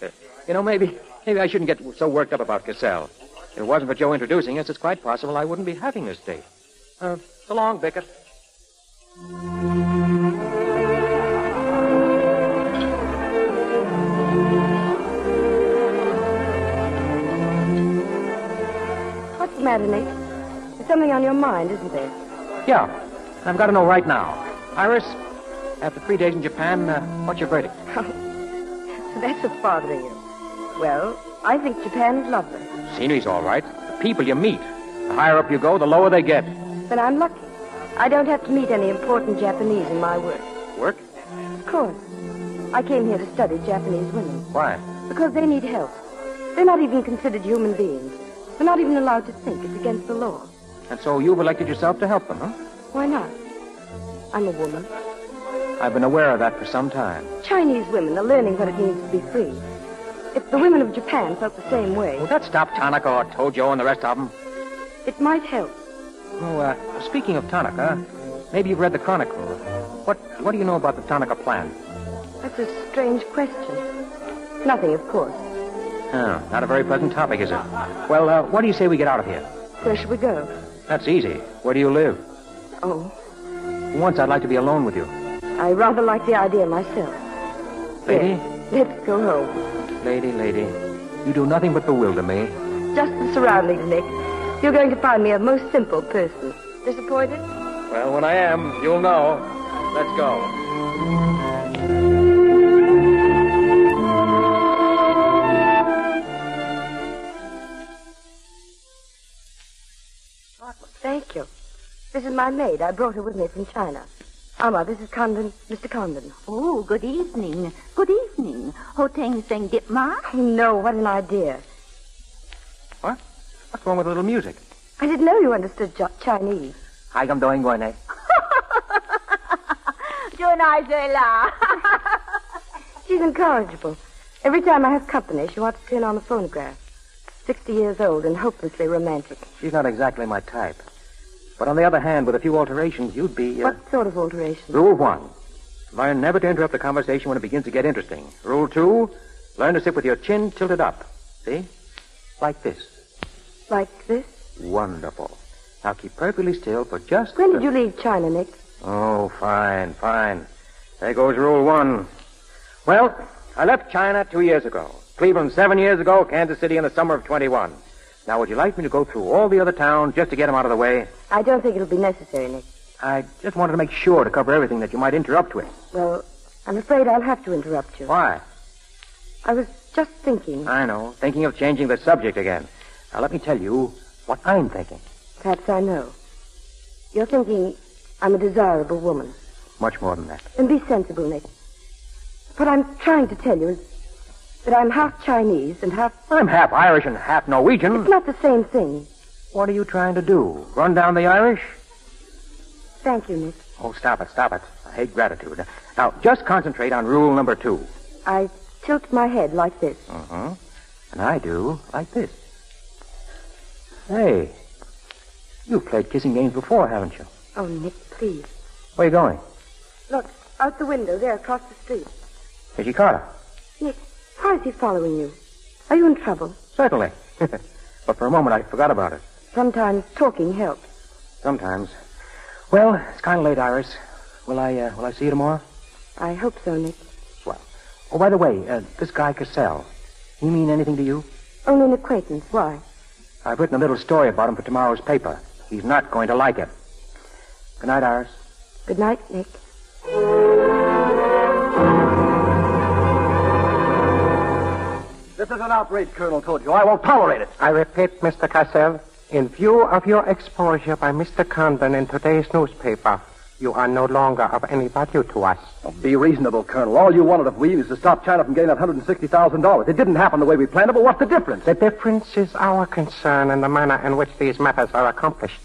Speaker 7: *laughs* you know, maybe maybe I shouldn't get so worked up about Cassell. If it wasn't for Joe introducing us, it's quite possible I wouldn't be having this date. Uh, so long, Bickett.
Speaker 20: What's the matter, Nick? There's something on your mind, isn't there?
Speaker 7: Yeah, I've got to know right now. Iris, after three days in Japan, uh, what's your verdict?
Speaker 20: That's what's bothering you. Well, I think Japan is lovely.
Speaker 7: Scenery's all right. The people you meet. The higher up you go, the lower they get.
Speaker 20: Then I'm lucky. I don't have to meet any important Japanese in my work.
Speaker 7: Work?
Speaker 20: Of course. I came here to study Japanese women
Speaker 7: Why?
Speaker 20: because they need help. They're not even considered human beings. They're not even allowed to think. It's against the law.
Speaker 7: And so you've elected yourself to help them, huh?
Speaker 20: Why not? I'm a woman.
Speaker 7: I've been aware of that for some time.
Speaker 20: Chinese women are learning what it means to be free. If the women of Japan felt the same way,
Speaker 7: Will that stop Tanaka or Tojo and the rest of them?
Speaker 20: it might help.
Speaker 7: Oh, uh, speaking of Tanaka, maybe you've read the Chronicle. What What do you know about the Tanaka plan?
Speaker 20: That's a strange question. Nothing, of course.
Speaker 7: Oh, not a very pleasant topic, is it? Well, uh, what do you say we get out of here?
Speaker 20: Where should we go?
Speaker 7: That's easy. Where do you live?
Speaker 20: Oh,
Speaker 7: Once I'd like to be alone with you.
Speaker 20: I rather like the idea myself.
Speaker 7: Lady,
Speaker 20: Let's go home.
Speaker 7: lady, lady, you do nothing but bewilder me.
Speaker 20: Just the surroundings, Nick. You're going to find me a most simple person. Disappointed?
Speaker 7: Well, when I am, you'll know. Let's go.
Speaker 20: Thank you. This is my maid. I brought her with me from China. Alma, this is Condon, Mr. Condon.
Speaker 26: Oh, good evening. Good evening. Ho Teng Seng Dip Ma.
Speaker 20: No, what an idea.
Speaker 7: What's wrong with a little music?
Speaker 20: I didn't know you understood jo- Chinese.
Speaker 7: Hi, I'm doing going, eh?
Speaker 20: She's incorrigible. Every time I have company, she wants to turn on the phonograph. Sixty years old and hopelessly romantic.
Speaker 7: She's not exactly my type. But on the other hand, with a few alterations, you'd be. Uh,
Speaker 20: What sort of alteration?
Speaker 7: Rule one learn never to interrupt a conversation when it begins to get interesting. Rule two learn to sit with your chin tilted up. See? Like this.
Speaker 20: Like this?
Speaker 7: Wonderful. Now keep perfectly still for just.
Speaker 20: When
Speaker 7: a-
Speaker 20: did you leave China, Nick?
Speaker 7: Oh, fine, fine. There goes rule one. Well, I left China two years ago, Cleveland seven years ago, Kansas City in the summer of 21. Now, would you like me to go through all the other towns just to get them out of the way?
Speaker 20: I don't think it'll be necessary, Nick.
Speaker 7: I just wanted to make sure to cover everything that you might interrupt with.
Speaker 20: Well, I'm afraid I'll have to interrupt you.
Speaker 7: Why?
Speaker 20: I was just thinking.
Speaker 7: I know. Thinking of changing the subject again. Now, let me tell you what I'm thinking.
Speaker 20: Perhaps I know. You're thinking I'm a desirable woman.
Speaker 7: Much more than that.
Speaker 20: Then be sensible, Nick. What I'm trying to tell you is that I'm half Chinese and half.
Speaker 7: I'm half Irish and half Norwegian.
Speaker 20: It's not the same thing.
Speaker 7: What are you trying to do? Run down the Irish?
Speaker 20: Thank you, Nick.
Speaker 7: Oh, stop it, stop it. I hate gratitude. Now, just concentrate on rule number two.
Speaker 20: I tilt my head like this.
Speaker 7: Mm-hmm. And I do like this. Hey, you've played kissing games before, haven't you?
Speaker 20: Oh, Nick, please.
Speaker 7: Where are you going?
Speaker 20: Look, out the window there across the street.
Speaker 7: Is she Carter?
Speaker 20: Nick, why is he following you? Are you in trouble?
Speaker 7: Certainly. *laughs* but for a moment, I forgot about it.
Speaker 20: Sometimes talking helps.
Speaker 7: Sometimes. Well, it's kind of late, Iris. Will I, uh, will I see you tomorrow?
Speaker 20: I hope so, Nick.
Speaker 7: Oh, by the way, uh, this guy Cassell, he mean anything to you?
Speaker 20: Only an acquaintance. Why?
Speaker 7: I've written a little story about him for tomorrow's paper. He's not going to like it. Good night, Iris.
Speaker 20: Good night, Nick.
Speaker 5: This is an outrage, Colonel Tojo. I won't tolerate it.
Speaker 8: I repeat, Mr. Cassell, in view of your exposure by Mr. Condon in today's newspaper, you are no longer of any value to us.
Speaker 5: Oh, Be reasonable, Colonel. All you wanted of we was to stop China from getting that $160,000. It didn't happen the way we planned it, but what's the difference?
Speaker 8: The difference is our concern and the manner in which these matters are accomplished.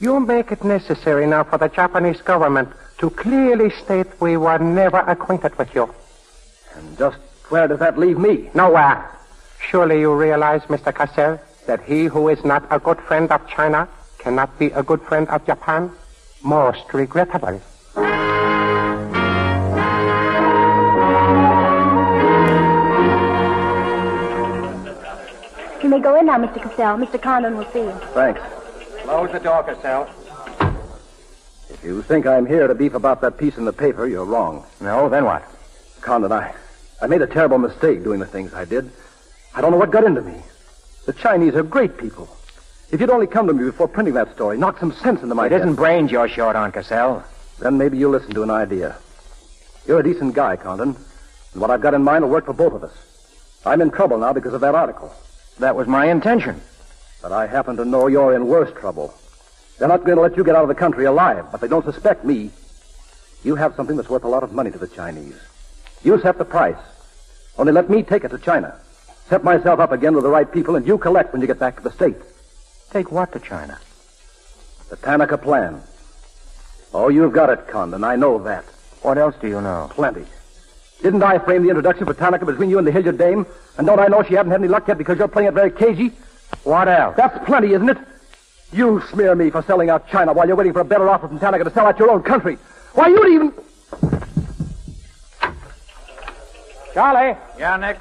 Speaker 8: You make it necessary now for the Japanese government to clearly state we were never acquainted with you.
Speaker 5: And just where does that leave me?
Speaker 8: Nowhere. Surely you realize, Mr. Cassell, that he who is not a good friend of China cannot be a good friend of Japan? Most regrettable.
Speaker 25: You may go in now, Mr. Costello. Mr. Condon will see you.
Speaker 5: Thanks.
Speaker 7: Close the door, Cassell.
Speaker 5: If you think I'm here to beef about that piece in the paper, you're wrong.
Speaker 7: No, then what?
Speaker 5: Condon, I, I made a terrible mistake doing the things I did. I don't know what got into me. The Chinese are great people. If you'd only come to me before printing that story, knock some sense into my
Speaker 7: it
Speaker 5: head.
Speaker 7: isn't brains you're short on, Cassell.
Speaker 5: Then maybe you'll listen to an idea. You're a decent guy, Condon. And what I've got in mind will work for both of us. I'm in trouble now because of that article.
Speaker 7: That was my intention.
Speaker 5: But I happen to know you're in worse trouble. They're not going to let you get out of the country alive, but they don't suspect me. You have something that's worth a lot of money to the Chinese. You set the price. Only let me take it to China. Set myself up again with the right people, and you collect when you get back to the States.
Speaker 7: Take what to China?
Speaker 5: The Tanaka plan. Oh, you've got it, Condon. I know that.
Speaker 7: What else do you know?
Speaker 5: Plenty. Didn't I frame the introduction for Tanaka between you and the Hilliard dame? And don't I know she hasn't had any luck yet because you're playing it very cagey?
Speaker 7: What else?
Speaker 5: That's plenty, isn't it? You smear me for selling out China while you're waiting for a better offer from Tanaka to sell out your own country. Why, you'd even...
Speaker 7: Charlie,
Speaker 27: Yeah, Nick?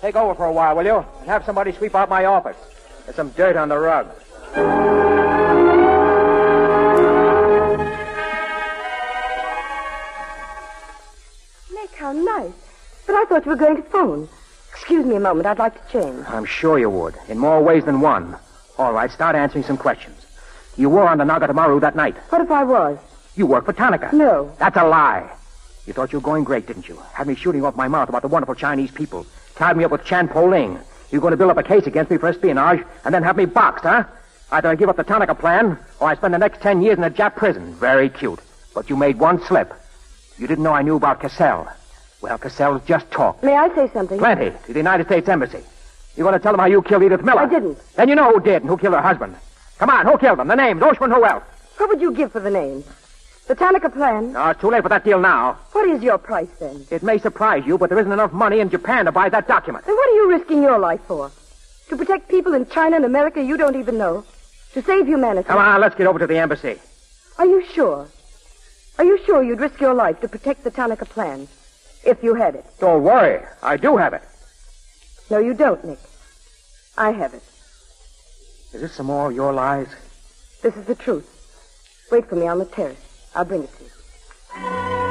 Speaker 7: take over for a while, will you? And have somebody sweep out my office. There's some dirt on the rug.
Speaker 20: Nick, how nice. But I thought you were going to phone. Excuse me a moment. I'd like to change.
Speaker 7: I'm sure you would, in more ways than one. All right, start answering some questions. You were on the Nagatomaru that night.
Speaker 20: What if I was?
Speaker 7: You worked for Tanaka.
Speaker 20: No.
Speaker 7: That's a lie. You thought you were going great, didn't you? Had me shooting off my mouth about the wonderful Chinese people. Tied me up with Chan Po Ling. You're going to build up a case against me for espionage and then have me boxed, huh? Either I give up the Tanaka plan or I spend the next ten years in a Jap prison. Very cute. But you made one slip. You didn't know I knew about Cassell. Well, Cassell's just talk.
Speaker 20: May I say something?
Speaker 7: Plenty to the United States Embassy. You're going to tell them how you killed Edith Miller.
Speaker 20: I didn't.
Speaker 7: Then you know who did and who killed her husband. Come on, who killed them? The names, Oshman, who else?
Speaker 20: What would you give for the name? The Tanaka plan?
Speaker 7: No, it's too late for that deal now.
Speaker 20: What is your price then?
Speaker 7: It may surprise you, but there isn't enough money in Japan to buy that document.
Speaker 20: Then what are you risking your life for? To protect people in China and America you don't even know? To save humanity?
Speaker 7: Come on, let's get over to the embassy.
Speaker 20: Are you sure? Are you sure you'd risk your life to protect the Tanaka plan? If you had it.
Speaker 7: Don't worry, I do have it.
Speaker 20: No, you don't, Nick. I have it.
Speaker 7: Is this some more of your lies?
Speaker 20: This is the truth. Wait for me on the terrace. I'll bring it to you.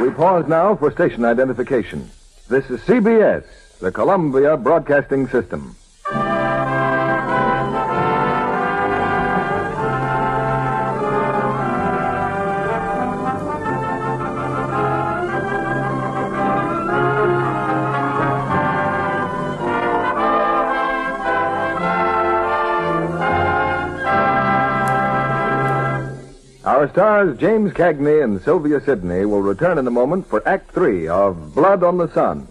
Speaker 3: We pause now for station identification. This is CBS, the Columbia Broadcasting System. Our stars James Cagney and Sylvia Sidney will return in a moment for Act Three of Blood on the Sun.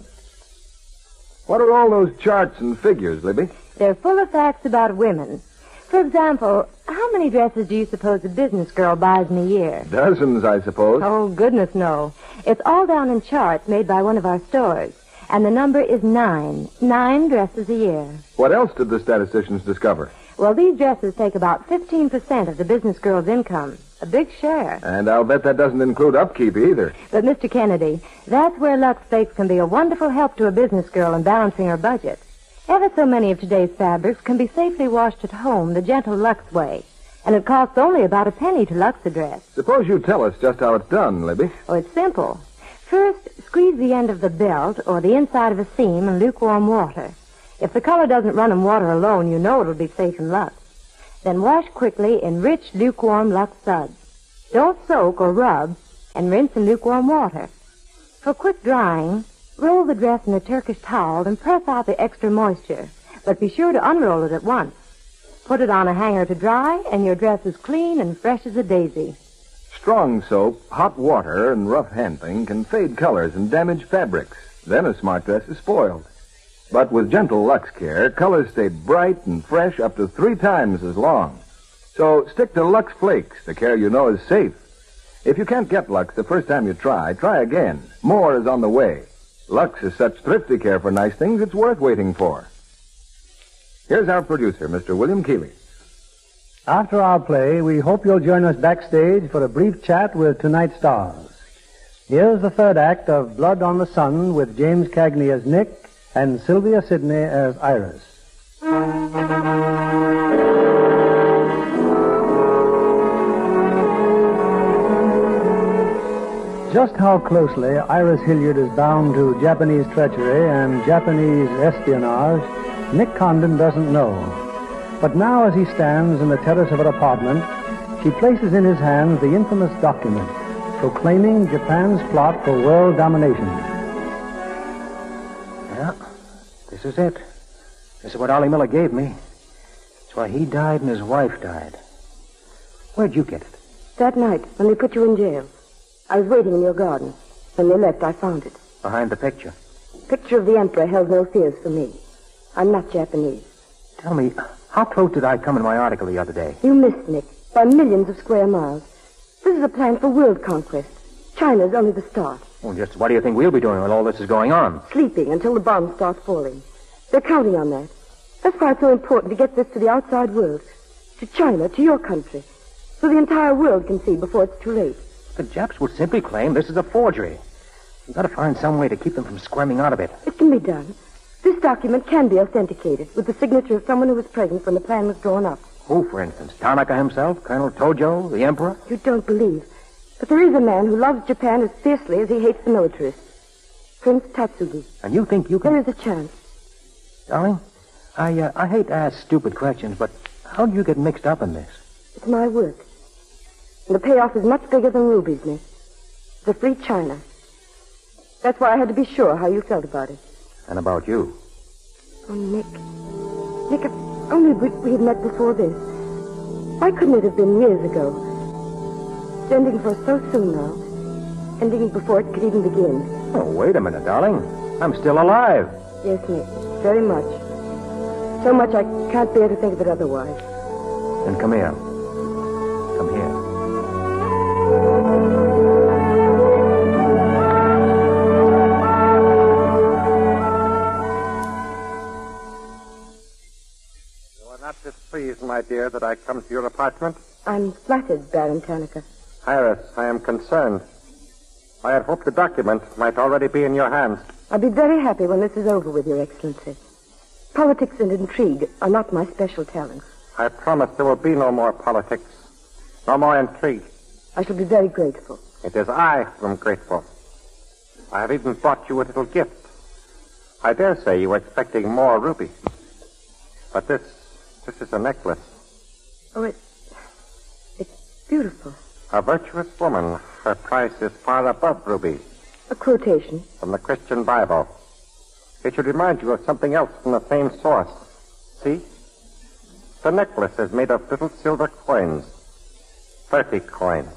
Speaker 3: What are all those charts and figures, Libby?
Speaker 28: They're full of facts about women. For example, how many dresses do you suppose a business girl buys in a year?
Speaker 3: Dozens, I suppose.
Speaker 28: Oh, goodness, no. It's all down in charts made by one of our stores. And the number is nine. Nine dresses a year.
Speaker 3: What else did the statisticians discover?
Speaker 28: Well, these dresses take about 15% of the business girl's income. A big share.
Speaker 3: And I'll bet that doesn't include upkeep either.
Speaker 28: But, Mr. Kennedy, that's where Lux Fakes can be a wonderful help to a business girl in balancing her budget. Ever so many of today's fabrics can be safely washed at home the gentle Lux way. And it costs only about a penny to Lux a dress.
Speaker 3: Suppose you tell us just how it's done, Libby.
Speaker 28: Oh, it's simple. First, squeeze the end of the belt or the inside of a seam in lukewarm water. If the color doesn't run in water alone, you know it'll be safe in Lux. Then wash quickly in rich, lukewarm Lux suds. Don't soak or rub, and rinse in lukewarm water. For quick drying, roll the dress in a Turkish towel and press out the extra moisture, but be sure to unroll it at once. Put it on a hanger to dry, and your dress is clean and fresh as a daisy.
Speaker 3: Strong soap, hot water, and rough handling can fade colors and damage fabrics. Then a smart dress is spoiled. But with gentle Lux Care, colors stay bright and fresh up to three times as long. So stick to Lux Flakes, the care you know is safe. If you can't get Lux the first time you try, try again. More is on the way. Lux is such thrifty care for nice things, it's worth waiting for. Here's our producer, Mr. William Keeley.
Speaker 4: After our play, we hope you'll join us backstage for a brief chat with tonight's stars. Here's the third act of Blood on the Sun with James Cagney as Nick and Sylvia Sidney as Iris. Just how closely Iris Hilliard is bound to Japanese treachery and Japanese espionage, Nick Condon doesn't know. But now, as he stands in the terrace of her apartment, she places in his hands the infamous document proclaiming Japan's plot for world domination.
Speaker 7: Yeah, this is it. This is what Ollie Miller gave me. It's why he died and his wife died. Where'd you get it?
Speaker 20: That night, when they put you in jail, I was waiting in your garden. When they left, I found it.
Speaker 7: Behind the picture.
Speaker 20: Picture of the emperor held no fears for me. I'm not Japanese.
Speaker 7: Tell me, how close did I come in my article the other day?
Speaker 20: You missed, Nick, by millions of square miles. This is a plan for world conquest. China's only the start.
Speaker 7: Well, just what do you think we'll be doing when all this is going on?
Speaker 20: Sleeping until the bombs start falling. They're counting on that. That's why it's so important to get this to the outside world. To China, to your country. So the entire world can see before it's too late.
Speaker 7: The Japs would simply claim this is a forgery. We've got to find some way to keep them from squirming out of it.
Speaker 20: It can be done. This document can be authenticated with the signature of someone who was present when the plan was drawn up.
Speaker 7: Who, for instance? Tanaka himself? Colonel Tojo? The Emperor?
Speaker 20: You don't believe. But there is a man who loves Japan as fiercely as he hates the militarists. Prince Tatsugi.
Speaker 7: And you think you can...
Speaker 20: There is a chance.
Speaker 7: Darling, I, uh, I hate to ask stupid questions, but how do you get mixed up in this?
Speaker 20: It's my work. And the payoff is much bigger than rubies, Miss. It's a free China. That's why I had to be sure how you felt about it.
Speaker 7: And about you?
Speaker 20: Oh, Nick. Nick, if only we, we had met before this. Why couldn't it have been years ago? It's ending for us so soon now. Ending before it could even begin.
Speaker 7: Oh, wait a minute, darling. I'm still alive.
Speaker 20: Yes, Nick. Very much. So much I can't bear to think of it otherwise.
Speaker 7: Then come here. Come here.
Speaker 8: You are not displeased, my dear, that I come to your apartment.
Speaker 20: I'm flattered, Baron Tanaka.
Speaker 8: Iris, I am concerned. I had hoped the document might already be in your hands.
Speaker 20: I'll be very happy when this is over with, Your Excellency. Politics and intrigue are not my special talents.
Speaker 8: I promise there will be no more politics, no more intrigue.
Speaker 20: I shall be very grateful.
Speaker 8: It is I who am grateful. I have even brought you a little gift. I dare say you were expecting more rubies. But this, this is a necklace.
Speaker 20: Oh, it, it's beautiful.
Speaker 8: A virtuous woman, her price is far above rubies.
Speaker 20: A quotation.
Speaker 8: From the Christian Bible. It should remind you of something else from the same source. See? The necklace is made of little silver coins. Thirty coins.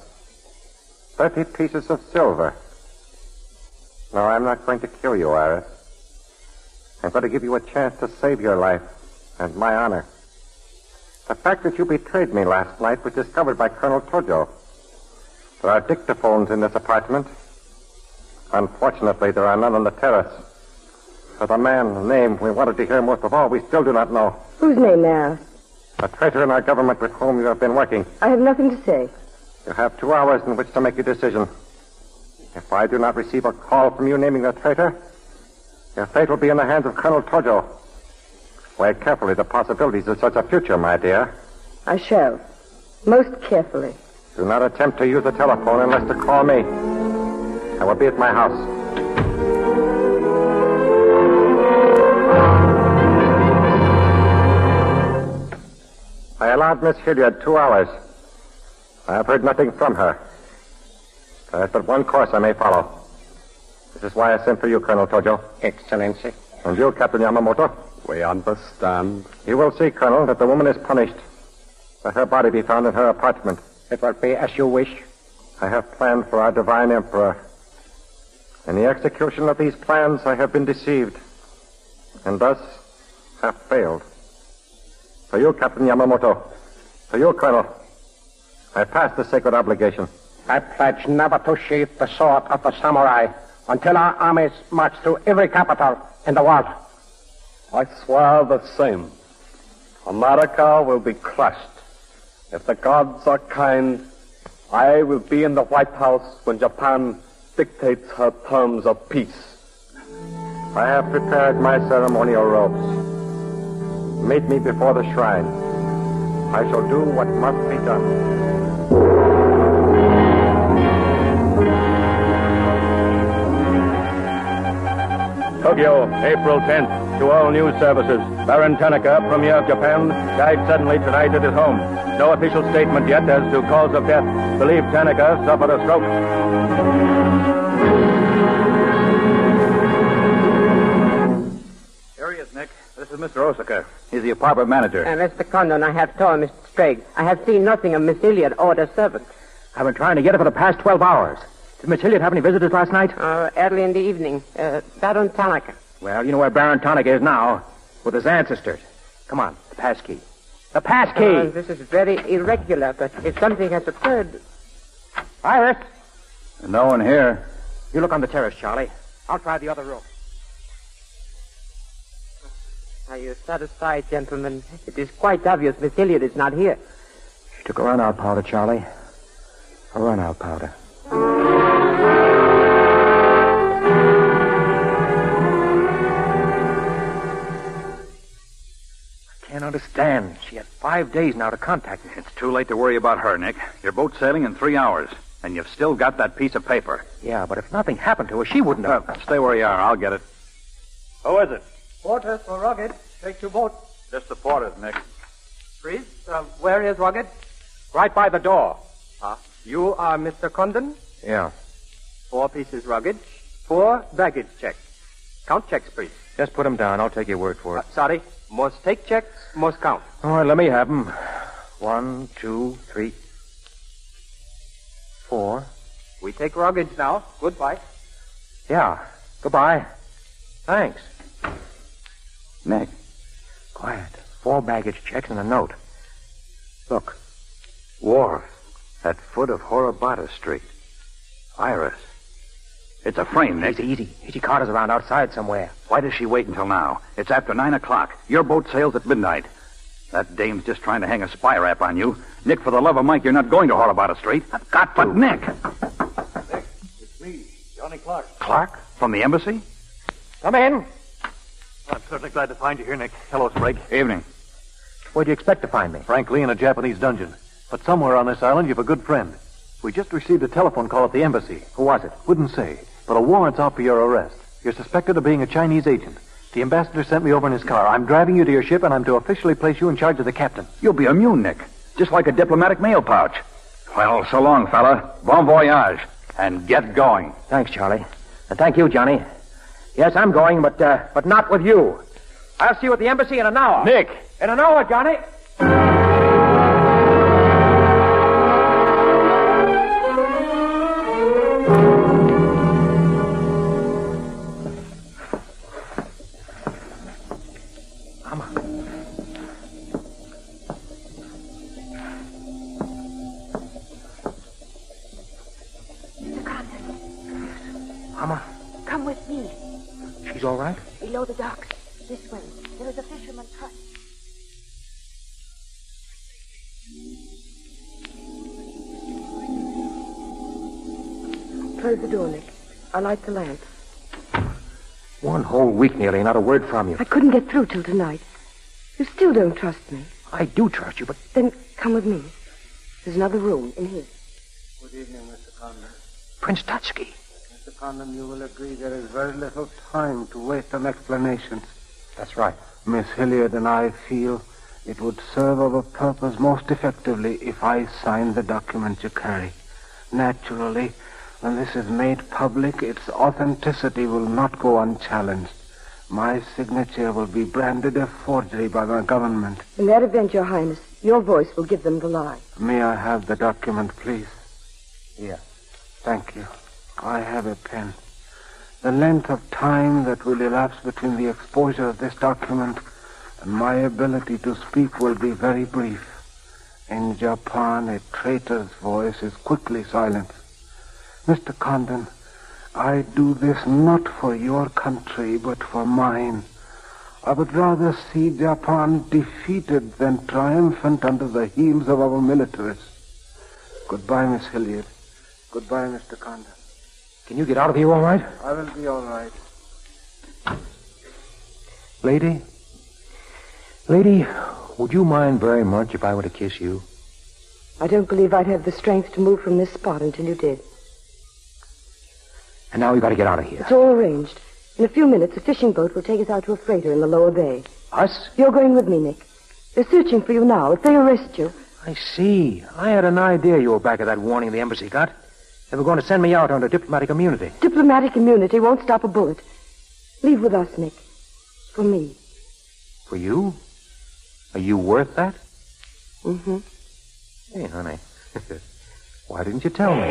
Speaker 8: Thirty pieces of silver. No, I'm not going to kill you, Iris. I'm going to give you a chance to save your life and my honor. The fact that you betrayed me last night was discovered by Colonel Tojo. There are dictaphones in this apartment. Unfortunately, there are none on the terrace. But the man, the name we wanted to hear most of all, we still do not know.
Speaker 20: Whose name now?
Speaker 8: A traitor in our government with whom you have been working.
Speaker 20: I have nothing to say.
Speaker 8: You have two hours in which to make your decision. If I do not receive a call from you naming the traitor, your fate will be in the hands of Colonel Tojo. Weigh carefully the possibilities of such a future, my dear.
Speaker 20: I shall. Most carefully.
Speaker 8: Do not attempt to use the telephone unless to call me. I will be at my house. I allowed Miss Hilliard two hours. I have heard nothing from her. There is but one course I may follow. This is why I sent for you, Colonel Tojo.
Speaker 1: Excellency.
Speaker 8: And you, Captain Yamamoto.
Speaker 1: We understand.
Speaker 8: You will see, Colonel, that the woman is punished. Let her body be found in her apartment.
Speaker 1: It will be as you wish.
Speaker 8: I have planned for our divine emperor. In the execution of these plans, I have been deceived, and thus have failed. For you, Captain Yamamoto. For you, Colonel. I pass the sacred obligation.
Speaker 1: I pledge never to sheathe the sword of the samurai until our armies march through every capital in the world. I swear the same. America will be crushed. If the gods are kind, I will be in the White House when Japan dictates her terms of peace.
Speaker 8: I have prepared my ceremonial robes. Meet me before the shrine. I shall do what must be done.
Speaker 29: Tokyo, April 10th. To all news services, Baron Tanaka, Premier of Japan, died suddenly tonight at his home. No official statement yet as to cause of death. Believed Tanaka suffered a stroke.
Speaker 30: Here he is, Nick. This is Mr. Osaka.
Speaker 24: He's the
Speaker 18: Uh,
Speaker 24: apartment manager.
Speaker 18: And Mr. Condon, I have told Mr. Sprague. I have seen nothing of Miss Iliad or the servant.
Speaker 7: I've been trying to get her for the past 12 hours. Did Miss Hilliard have any visitors last night?
Speaker 18: Uh, early in the evening. Uh, Baron Tanaka.
Speaker 7: Well, you know where Baron Tonic is now, with his ancestors. Come on, the passkey. The passkey!
Speaker 18: Uh, this is very irregular, but if something has occurred.
Speaker 7: Iris!
Speaker 5: No one here.
Speaker 7: You look on the terrace, Charlie. I'll try the other room.
Speaker 18: Are you satisfied, gentlemen? It is quite obvious Miss Hilliard is not here.
Speaker 7: She took a run out powder, Charlie. A run out powder. I can't understand. She had five days now to contact me.
Speaker 5: It's too late to worry about her, Nick. Your boat's sailing in three hours, and you've still got that piece of paper.
Speaker 7: Yeah, but if nothing happened to her, she wouldn't have.
Speaker 5: Uh, stay where you are. I'll get it.
Speaker 8: Who is it?
Speaker 21: Porters for Rugged. Take two boats.
Speaker 8: Just the porters, Nick.
Speaker 21: Freeze. Uh, where is Rugged?
Speaker 8: Right by the door.
Speaker 21: Ah, you are Mr. Condon?
Speaker 7: Yeah.
Speaker 21: Four pieces Rugged. Four baggage checks. Count checks, please.
Speaker 7: Just put them down. I'll take your word for it.
Speaker 21: Sorry. Most take checks, most count.
Speaker 7: All right, let me have them. One, two, three, four.
Speaker 21: We take Rugged now. Goodbye.
Speaker 7: Yeah. Goodbye. Thanks.
Speaker 5: Nick.
Speaker 7: Quiet. Four baggage checks and a note. Look.
Speaker 5: Wharf. At foot of Horibata Street. Iris. It's a frame, Nick.
Speaker 7: Easy, easy. Easy Carter's around outside somewhere.
Speaker 5: Why does she wait until now? It's after nine o'clock. Your boat sails at midnight. That dame's just trying to hang a spy rap on you. Nick, for the love of Mike, you're not going to Horibata Street. I've got to. But Nick.
Speaker 8: Nick, it's me, Johnny Clark.
Speaker 5: Clark? From the embassy?
Speaker 7: Come in.
Speaker 8: I'm certainly glad to find you here, Nick. Hello, Sprague.
Speaker 5: Evening.
Speaker 7: Where'd you expect to find me?
Speaker 8: Frankly, in a Japanese dungeon. But somewhere on this island, you've a good friend. We just received a telephone call at the embassy.
Speaker 7: Who was it?
Speaker 8: Wouldn't say, but a warrant's out for your arrest. You're suspected of being a Chinese agent. The ambassador sent me over in his car. I'm driving you to your ship, and I'm to officially place you in charge of the captain.
Speaker 5: You'll be immune, Nick. Just like a diplomatic mail pouch. Well, so long, fella. Bon voyage. And get going.
Speaker 7: Thanks, Charlie. And thank you, Johnny. Yes, I'm going, but uh, but not with you. I'll see you at the embassy in an hour.
Speaker 5: Nick!
Speaker 7: In an hour, Johnny. Mama,
Speaker 11: Come with me.
Speaker 7: she's all right?
Speaker 11: Below the docks. This way. There is a fisherman's hut.
Speaker 20: Close the door, Nick. I'll light the lamp.
Speaker 7: One whole week nearly, not a word from you.
Speaker 20: I couldn't get through till tonight. You still don't trust me.
Speaker 7: I do trust you, but
Speaker 20: Then come with me. There's another room in here.
Speaker 21: Good evening, Mr. Condon.
Speaker 7: Prince Tutsky.
Speaker 21: Mr. Condon, you will agree there is very little time to waste on explanations.
Speaker 7: That's right.
Speaker 21: Miss Hilliard and I feel it would serve our purpose most effectively if I sign the document you carry. Naturally, when this is made public, its authenticity will not go unchallenged. My signature will be branded a forgery by the government.
Speaker 20: In that event, Your Highness, your voice will give them the lie.
Speaker 21: May I have the document, please?
Speaker 7: Here.
Speaker 21: Thank you. I have a pen. The length of time that will elapse between the exposure of this document and my ability to speak will be very brief. In Japan, a traitor's voice is quickly silenced. Mr. Condon, I do this not for your country, but for mine. I would rather see Japan defeated than triumphant under the heels of our militarists. Goodbye, Miss Hilliard. Goodbye, Mr. Condon.
Speaker 7: Can you get out of here all right?
Speaker 21: I will be all right.
Speaker 7: Lady? Lady, would you mind very much if I were to kiss you?
Speaker 20: I don't believe I'd have the strength to move from this spot until you did.
Speaker 7: And now we've got to get out of here.
Speaker 20: It's all arranged. In a few minutes, a fishing boat will take us out to a freighter in the lower bay.
Speaker 7: Us?
Speaker 20: You're going with me, Nick. They're searching for you now. If they arrest you,
Speaker 7: I see. I had an idea you were back at that warning the embassy got. They were going to send me out under diplomatic immunity.
Speaker 20: diplomatic immunity won't stop a bullet. Leave with us, Nick. For me.
Speaker 7: For you? Are you worth that?
Speaker 20: Mm-hmm.
Speaker 7: Hey, honey.
Speaker 31: Why didn't you tell me?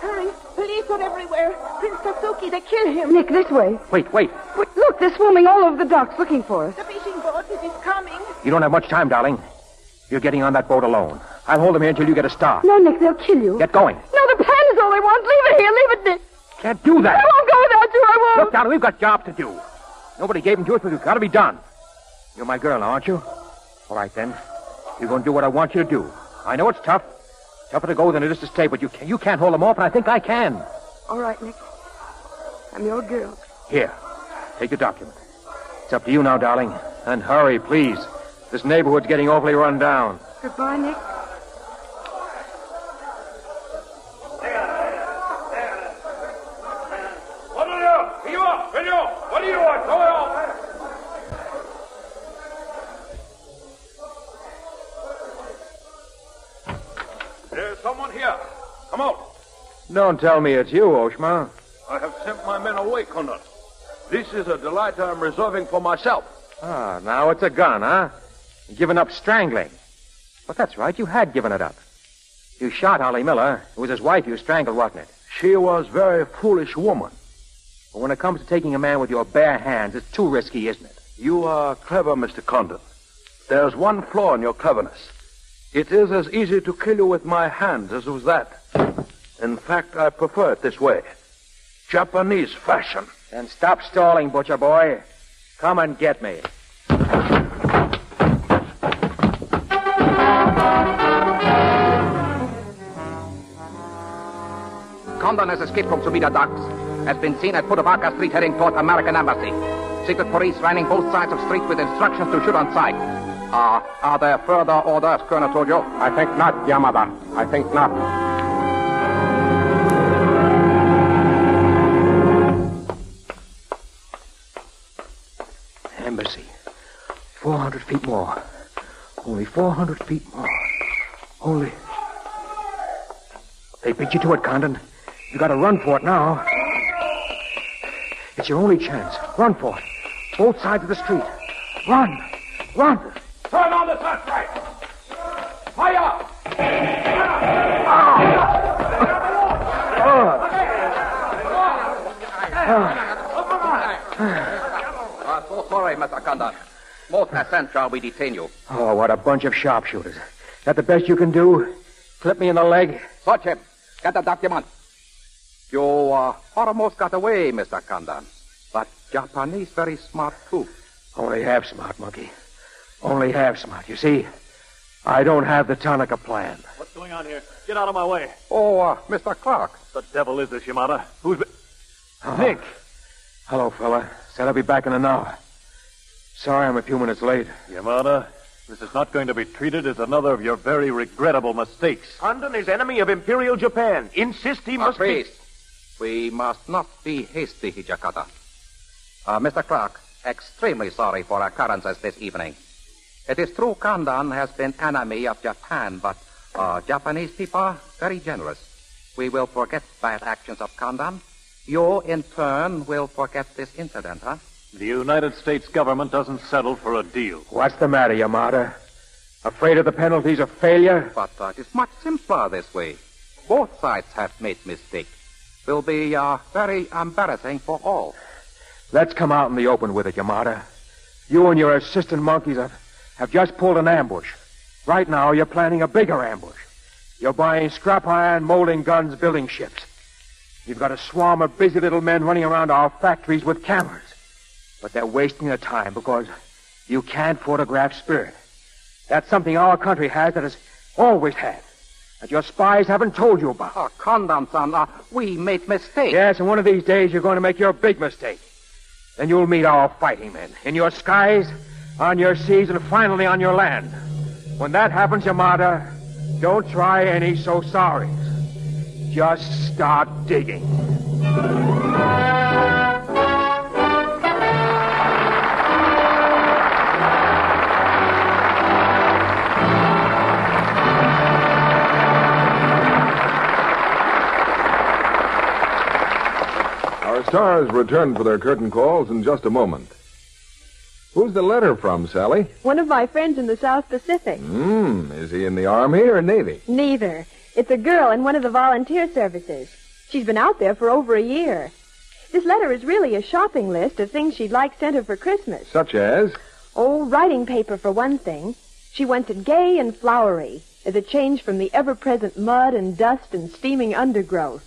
Speaker 11: Hurry! Police are everywhere. Prince Tatsuki, they killed him.
Speaker 20: Nick, this way.
Speaker 7: *laughs* Wait, wait.
Speaker 20: But look, they're swarming all over the docks looking for us.
Speaker 11: The fishing boat, it is coming.
Speaker 7: You don't have much time, darling. You're getting on that boat alone. I'll hold him here until you get a start.
Speaker 20: No, Nick, they'll kill you.
Speaker 7: Get going.
Speaker 20: No, the pen is all they want. Leave it here. Leave it, Nick.
Speaker 7: Can't do that.
Speaker 20: I won't go without you. I won't.
Speaker 7: Look, darling, we've got jobs to do. Nobody gave them to us, but we've got to be done. You're my girl now, aren't you? All right, then. You're going to do what I want you to do. I know it's tough. Tougher to go than it is to stay, but you, can, you can't hold them off, and I think I can.
Speaker 20: All right, Nick. I'm your girl.
Speaker 7: Here, take the document. It's up to you now, darling. And hurry, please. This neighborhood's getting awfully run down.
Speaker 20: Goodbye, Nick.
Speaker 5: What are you? Here you are! Here you are! What do you want? Go on! There's someone here. Come out.
Speaker 31: Don't tell me it's you, Oshma.
Speaker 5: I have sent my men away, Conrad. This is a delight I am reserving for myself.
Speaker 7: Ah, now it's a gun, huh? You've given up strangling. But that's right, you had given it up. You shot Holly Miller. It was his wife you strangled, wasn't it?
Speaker 5: She was a very foolish woman.
Speaker 7: But when it comes to taking a man with your bare hands, it's too risky, isn't it?
Speaker 5: You are clever, Mr. Condon. There's one flaw in your cleverness. It is as easy to kill you with my hands as with that. In fact, I prefer it this way. Japanese fashion.
Speaker 7: Then stop stalling, butcher boy. Come and get me.
Speaker 21: Condon has escaped from Subida docks. Has been seen at foot of Arca Street heading toward American Embassy. Secret police lining both sides of street with instructions to shoot on sight. Uh, are there further orders, Colonel Tojo?
Speaker 32: I think not, Yamada. I think not.
Speaker 7: Embassy. 400 feet more. Only 400 feet more. Only. They beat you to it, Condon. You gotta run for it now. It's your only chance. Run for it. Both sides of the street. Run! Run!
Speaker 5: Turn on the searchlight! Fire!
Speaker 7: Ah. Ah. Ah.
Speaker 21: Uh, so sorry, Mr. Condon. Most assent shall we detain you.
Speaker 7: Oh, what a bunch of sharpshooters. That the best you can do? Clip me in the leg?
Speaker 21: Search him. Get the document. You uh, almost got away, Mr. Condon. But Japanese very smart, too.
Speaker 7: Only half smart, monkey. Only half smart. You see, I don't have the Tanaka plan.
Speaker 8: What's going on here? Get out of my way.
Speaker 21: Oh, uh, Mr. Clark.
Speaker 8: The devil is this, Yamada? Who's been...
Speaker 7: Nick. Uh-huh. Hello, fella. Said I'll be back in an hour. Sorry I'm a few minutes late.
Speaker 8: Yamada, this is not going to be treated as another of your very regrettable mistakes.
Speaker 33: Condon is enemy of Imperial Japan. Insist he must be...
Speaker 21: Priest, we must not be hasty, Hijakata. Uh, Mr. Clark, extremely sorry for occurrences this evening. It is true Kandan has been enemy of Japan, but uh, Japanese people are very generous. We will forget bad actions of Kandan. You, in turn, will forget this incident, huh?
Speaker 8: The United States government doesn't settle for a deal.
Speaker 7: What's the matter, Yamada? Afraid of the penalties of failure?
Speaker 21: But uh, it is much simpler this way. Both sides have made mistakes. Will be uh, very embarrassing for all.
Speaker 7: Let's come out in the open with it, Yamada. You and your assistant monkeys have, have just pulled an ambush. Right now, you're planning a bigger ambush. You're buying scrap iron, molding guns, building ships. You've got a swarm of busy little men running around our factories with cameras. But they're wasting their time because you can't photograph spirit. That's something our country has that has always had. That your spies haven't told you about.
Speaker 21: Oh, Condon-san, uh, we made mistakes.
Speaker 7: Yes, and one of these days you're going to make your big mistake. Then you'll meet our fighting men in your skies, on your seas, and finally on your land. When that happens, Yamada, don't try any so sorries. Just start digging.
Speaker 3: Our stars return for their curtain calls in just a moment. Who's the letter from, Sally?
Speaker 2: One of my friends in the South Pacific.
Speaker 3: Hmm. Is he in the Army or Navy?
Speaker 2: Neither. It's a girl in one of the volunteer services. She's been out there for over a year. This letter is really a shopping list of things she'd like sent her for Christmas.
Speaker 3: Such as?
Speaker 2: Oh, writing paper for one thing. She wants it gay and flowery, as a change from the ever-present mud and dust and steaming undergrowth.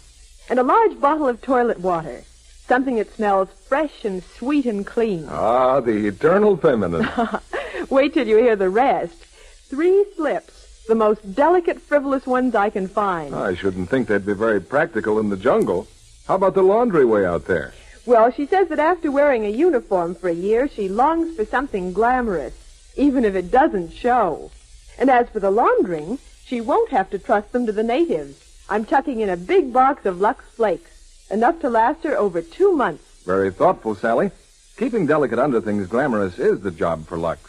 Speaker 2: And a large bottle of toilet water. Something that smells fresh and sweet and clean.
Speaker 3: Ah, the eternal feminine.
Speaker 2: Wait till you hear the rest. Three slips, the most delicate, frivolous ones I can find.
Speaker 3: I shouldn't think they'd be very practical in the jungle. How about the laundry way out there?
Speaker 2: Well, she says that after wearing a uniform for a year, she longs for something glamorous, even if it doesn't show. And as for the laundering, she won't have to trust them to the natives. I'm tucking in a big box of Lux Flakes, enough to last her over two months.
Speaker 3: Very thoughtful, Sally. Keeping delicate underthings glamorous is the job for Lux.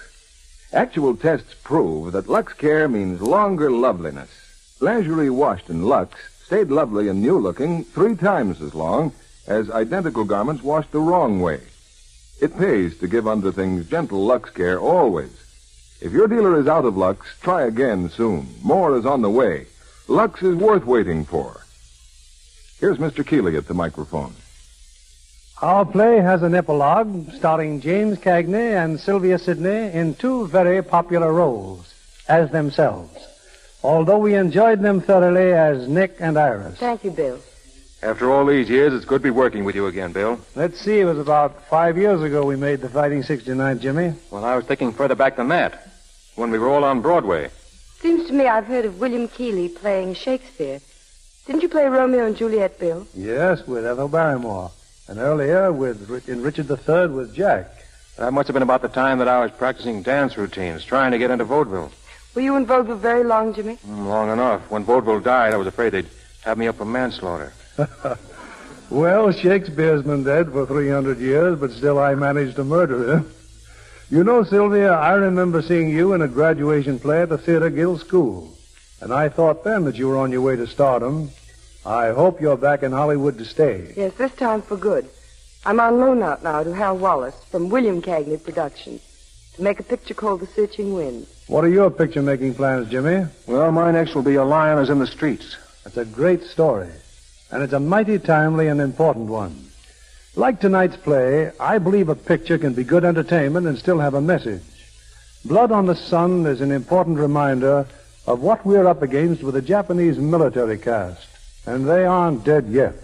Speaker 3: Actual tests prove that Lux Care means longer loveliness. Lingerie washed in Lux stayed lovely and new looking three times as long as identical garments washed the wrong way. It pays to give underthings gentle Lux Care always. If your dealer is out of Lux, try again soon. More is on the way. Lux is worth waiting for. Here's Mr. Keeley at the microphone.
Speaker 34: Our play has an epilogue starring James Cagney and Sylvia Sidney in two very popular roles as themselves. Although we enjoyed them thoroughly as Nick and Iris.
Speaker 35: Thank you, Bill.
Speaker 8: After all these years, it's good to be working with you again, Bill.
Speaker 34: Let's see, it was about five years ago we made the Fighting 69, Jimmy.
Speaker 8: Well, I was thinking further back than that, when we were all on Broadway.
Speaker 20: Seems to me I've heard of William Keeley playing Shakespeare. Didn't you play Romeo and Juliet, Bill?
Speaker 34: Yes, with Ethel Barrymore. And earlier with Ri- in Richard III with Jack.
Speaker 8: That must have been about the time that I was practicing dance routines, trying to get into vaudeville.
Speaker 20: Were you in vaudeville very long, Jimmy?
Speaker 8: Mm, Long enough. When vaudeville died, I was afraid they'd have me up for manslaughter.
Speaker 34: *laughs* Well, Shakespeare's been dead for 300 years, but still I managed to murder him. You know, Sylvia, I remember seeing you in a graduation play at the Theater Guild School. And I thought then that you were on your way to stardom. I hope you're back in Hollywood to stay.
Speaker 20: Yes, this time for good. I'm on loan out now to Hal Wallace from William Cagney Productions to make a picture called The Searching Wind.
Speaker 34: What are your picture making plans, Jimmy?
Speaker 8: Well, my next will be A Lion is in the Streets.
Speaker 34: That's a great story, and it's a mighty timely and important one. Like tonight's play, I believe a picture can be good entertainment and still have a message. Blood on the Sun is an important reminder of what we're up against with the Japanese military caste, and they aren't dead yet.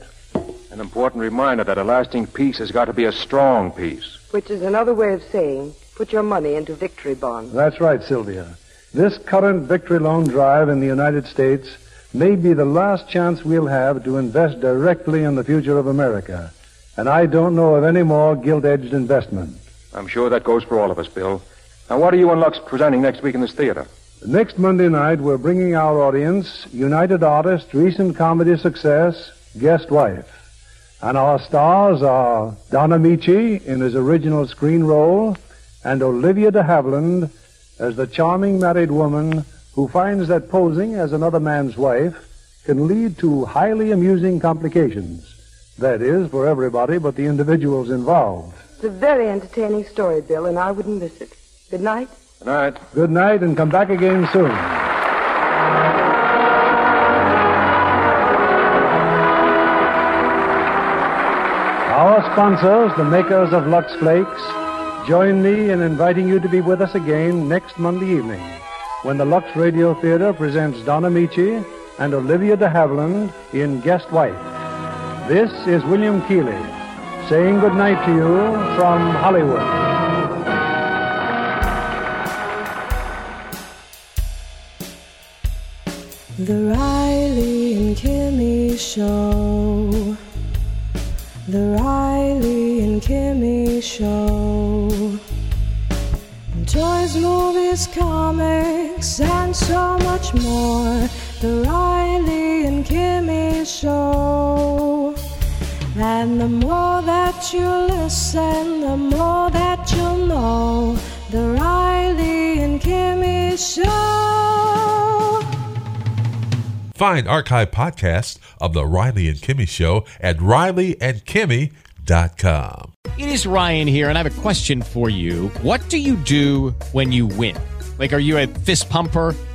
Speaker 8: An important reminder that a lasting peace has got to be a strong peace.
Speaker 20: Which is another way of saying put your money into victory bonds.
Speaker 34: That's right, Sylvia. This current victory loan drive in the United States may be the last chance we'll have to invest directly in the future of America. And I don't know of any more gilt edged investment.
Speaker 8: I'm sure that goes for all of us, Bill. Now, what are you and Lux presenting next week in this theater?
Speaker 34: Next Monday night, we're bringing our audience United Artists, Recent Comedy Success, Guest Wife. And our stars are Donna Michi in his original screen role and Olivia de Havilland as the charming married woman who finds that posing as another man's wife can lead to highly amusing complications. That is, for everybody but the individuals involved.
Speaker 20: It's a very entertaining story, Bill, and I wouldn't miss it. Good night.
Speaker 8: Good night.
Speaker 34: Good night, and come back again soon. Our sponsors, the makers of Lux Flakes, join me in inviting you to be with us again next Monday evening when the Lux Radio Theater presents Donna Michi and Olivia de Havilland in Guest Wife. This is William Keeley saying good night to you from Hollywood.
Speaker 36: The Riley and Kimmy Show. The Riley and Kimmy Show. Toys, movies, comics, and so much more. The Riley and Kimmy Show. And the more that you listen, the more that you'll know. The Riley and Kimmy Show.
Speaker 37: Find archive podcasts of The Riley and Kimmy Show at rileyandkimmy.com.
Speaker 38: It is Ryan here, and I have a question for you. What do you do when you win? Like, are you a fist pumper?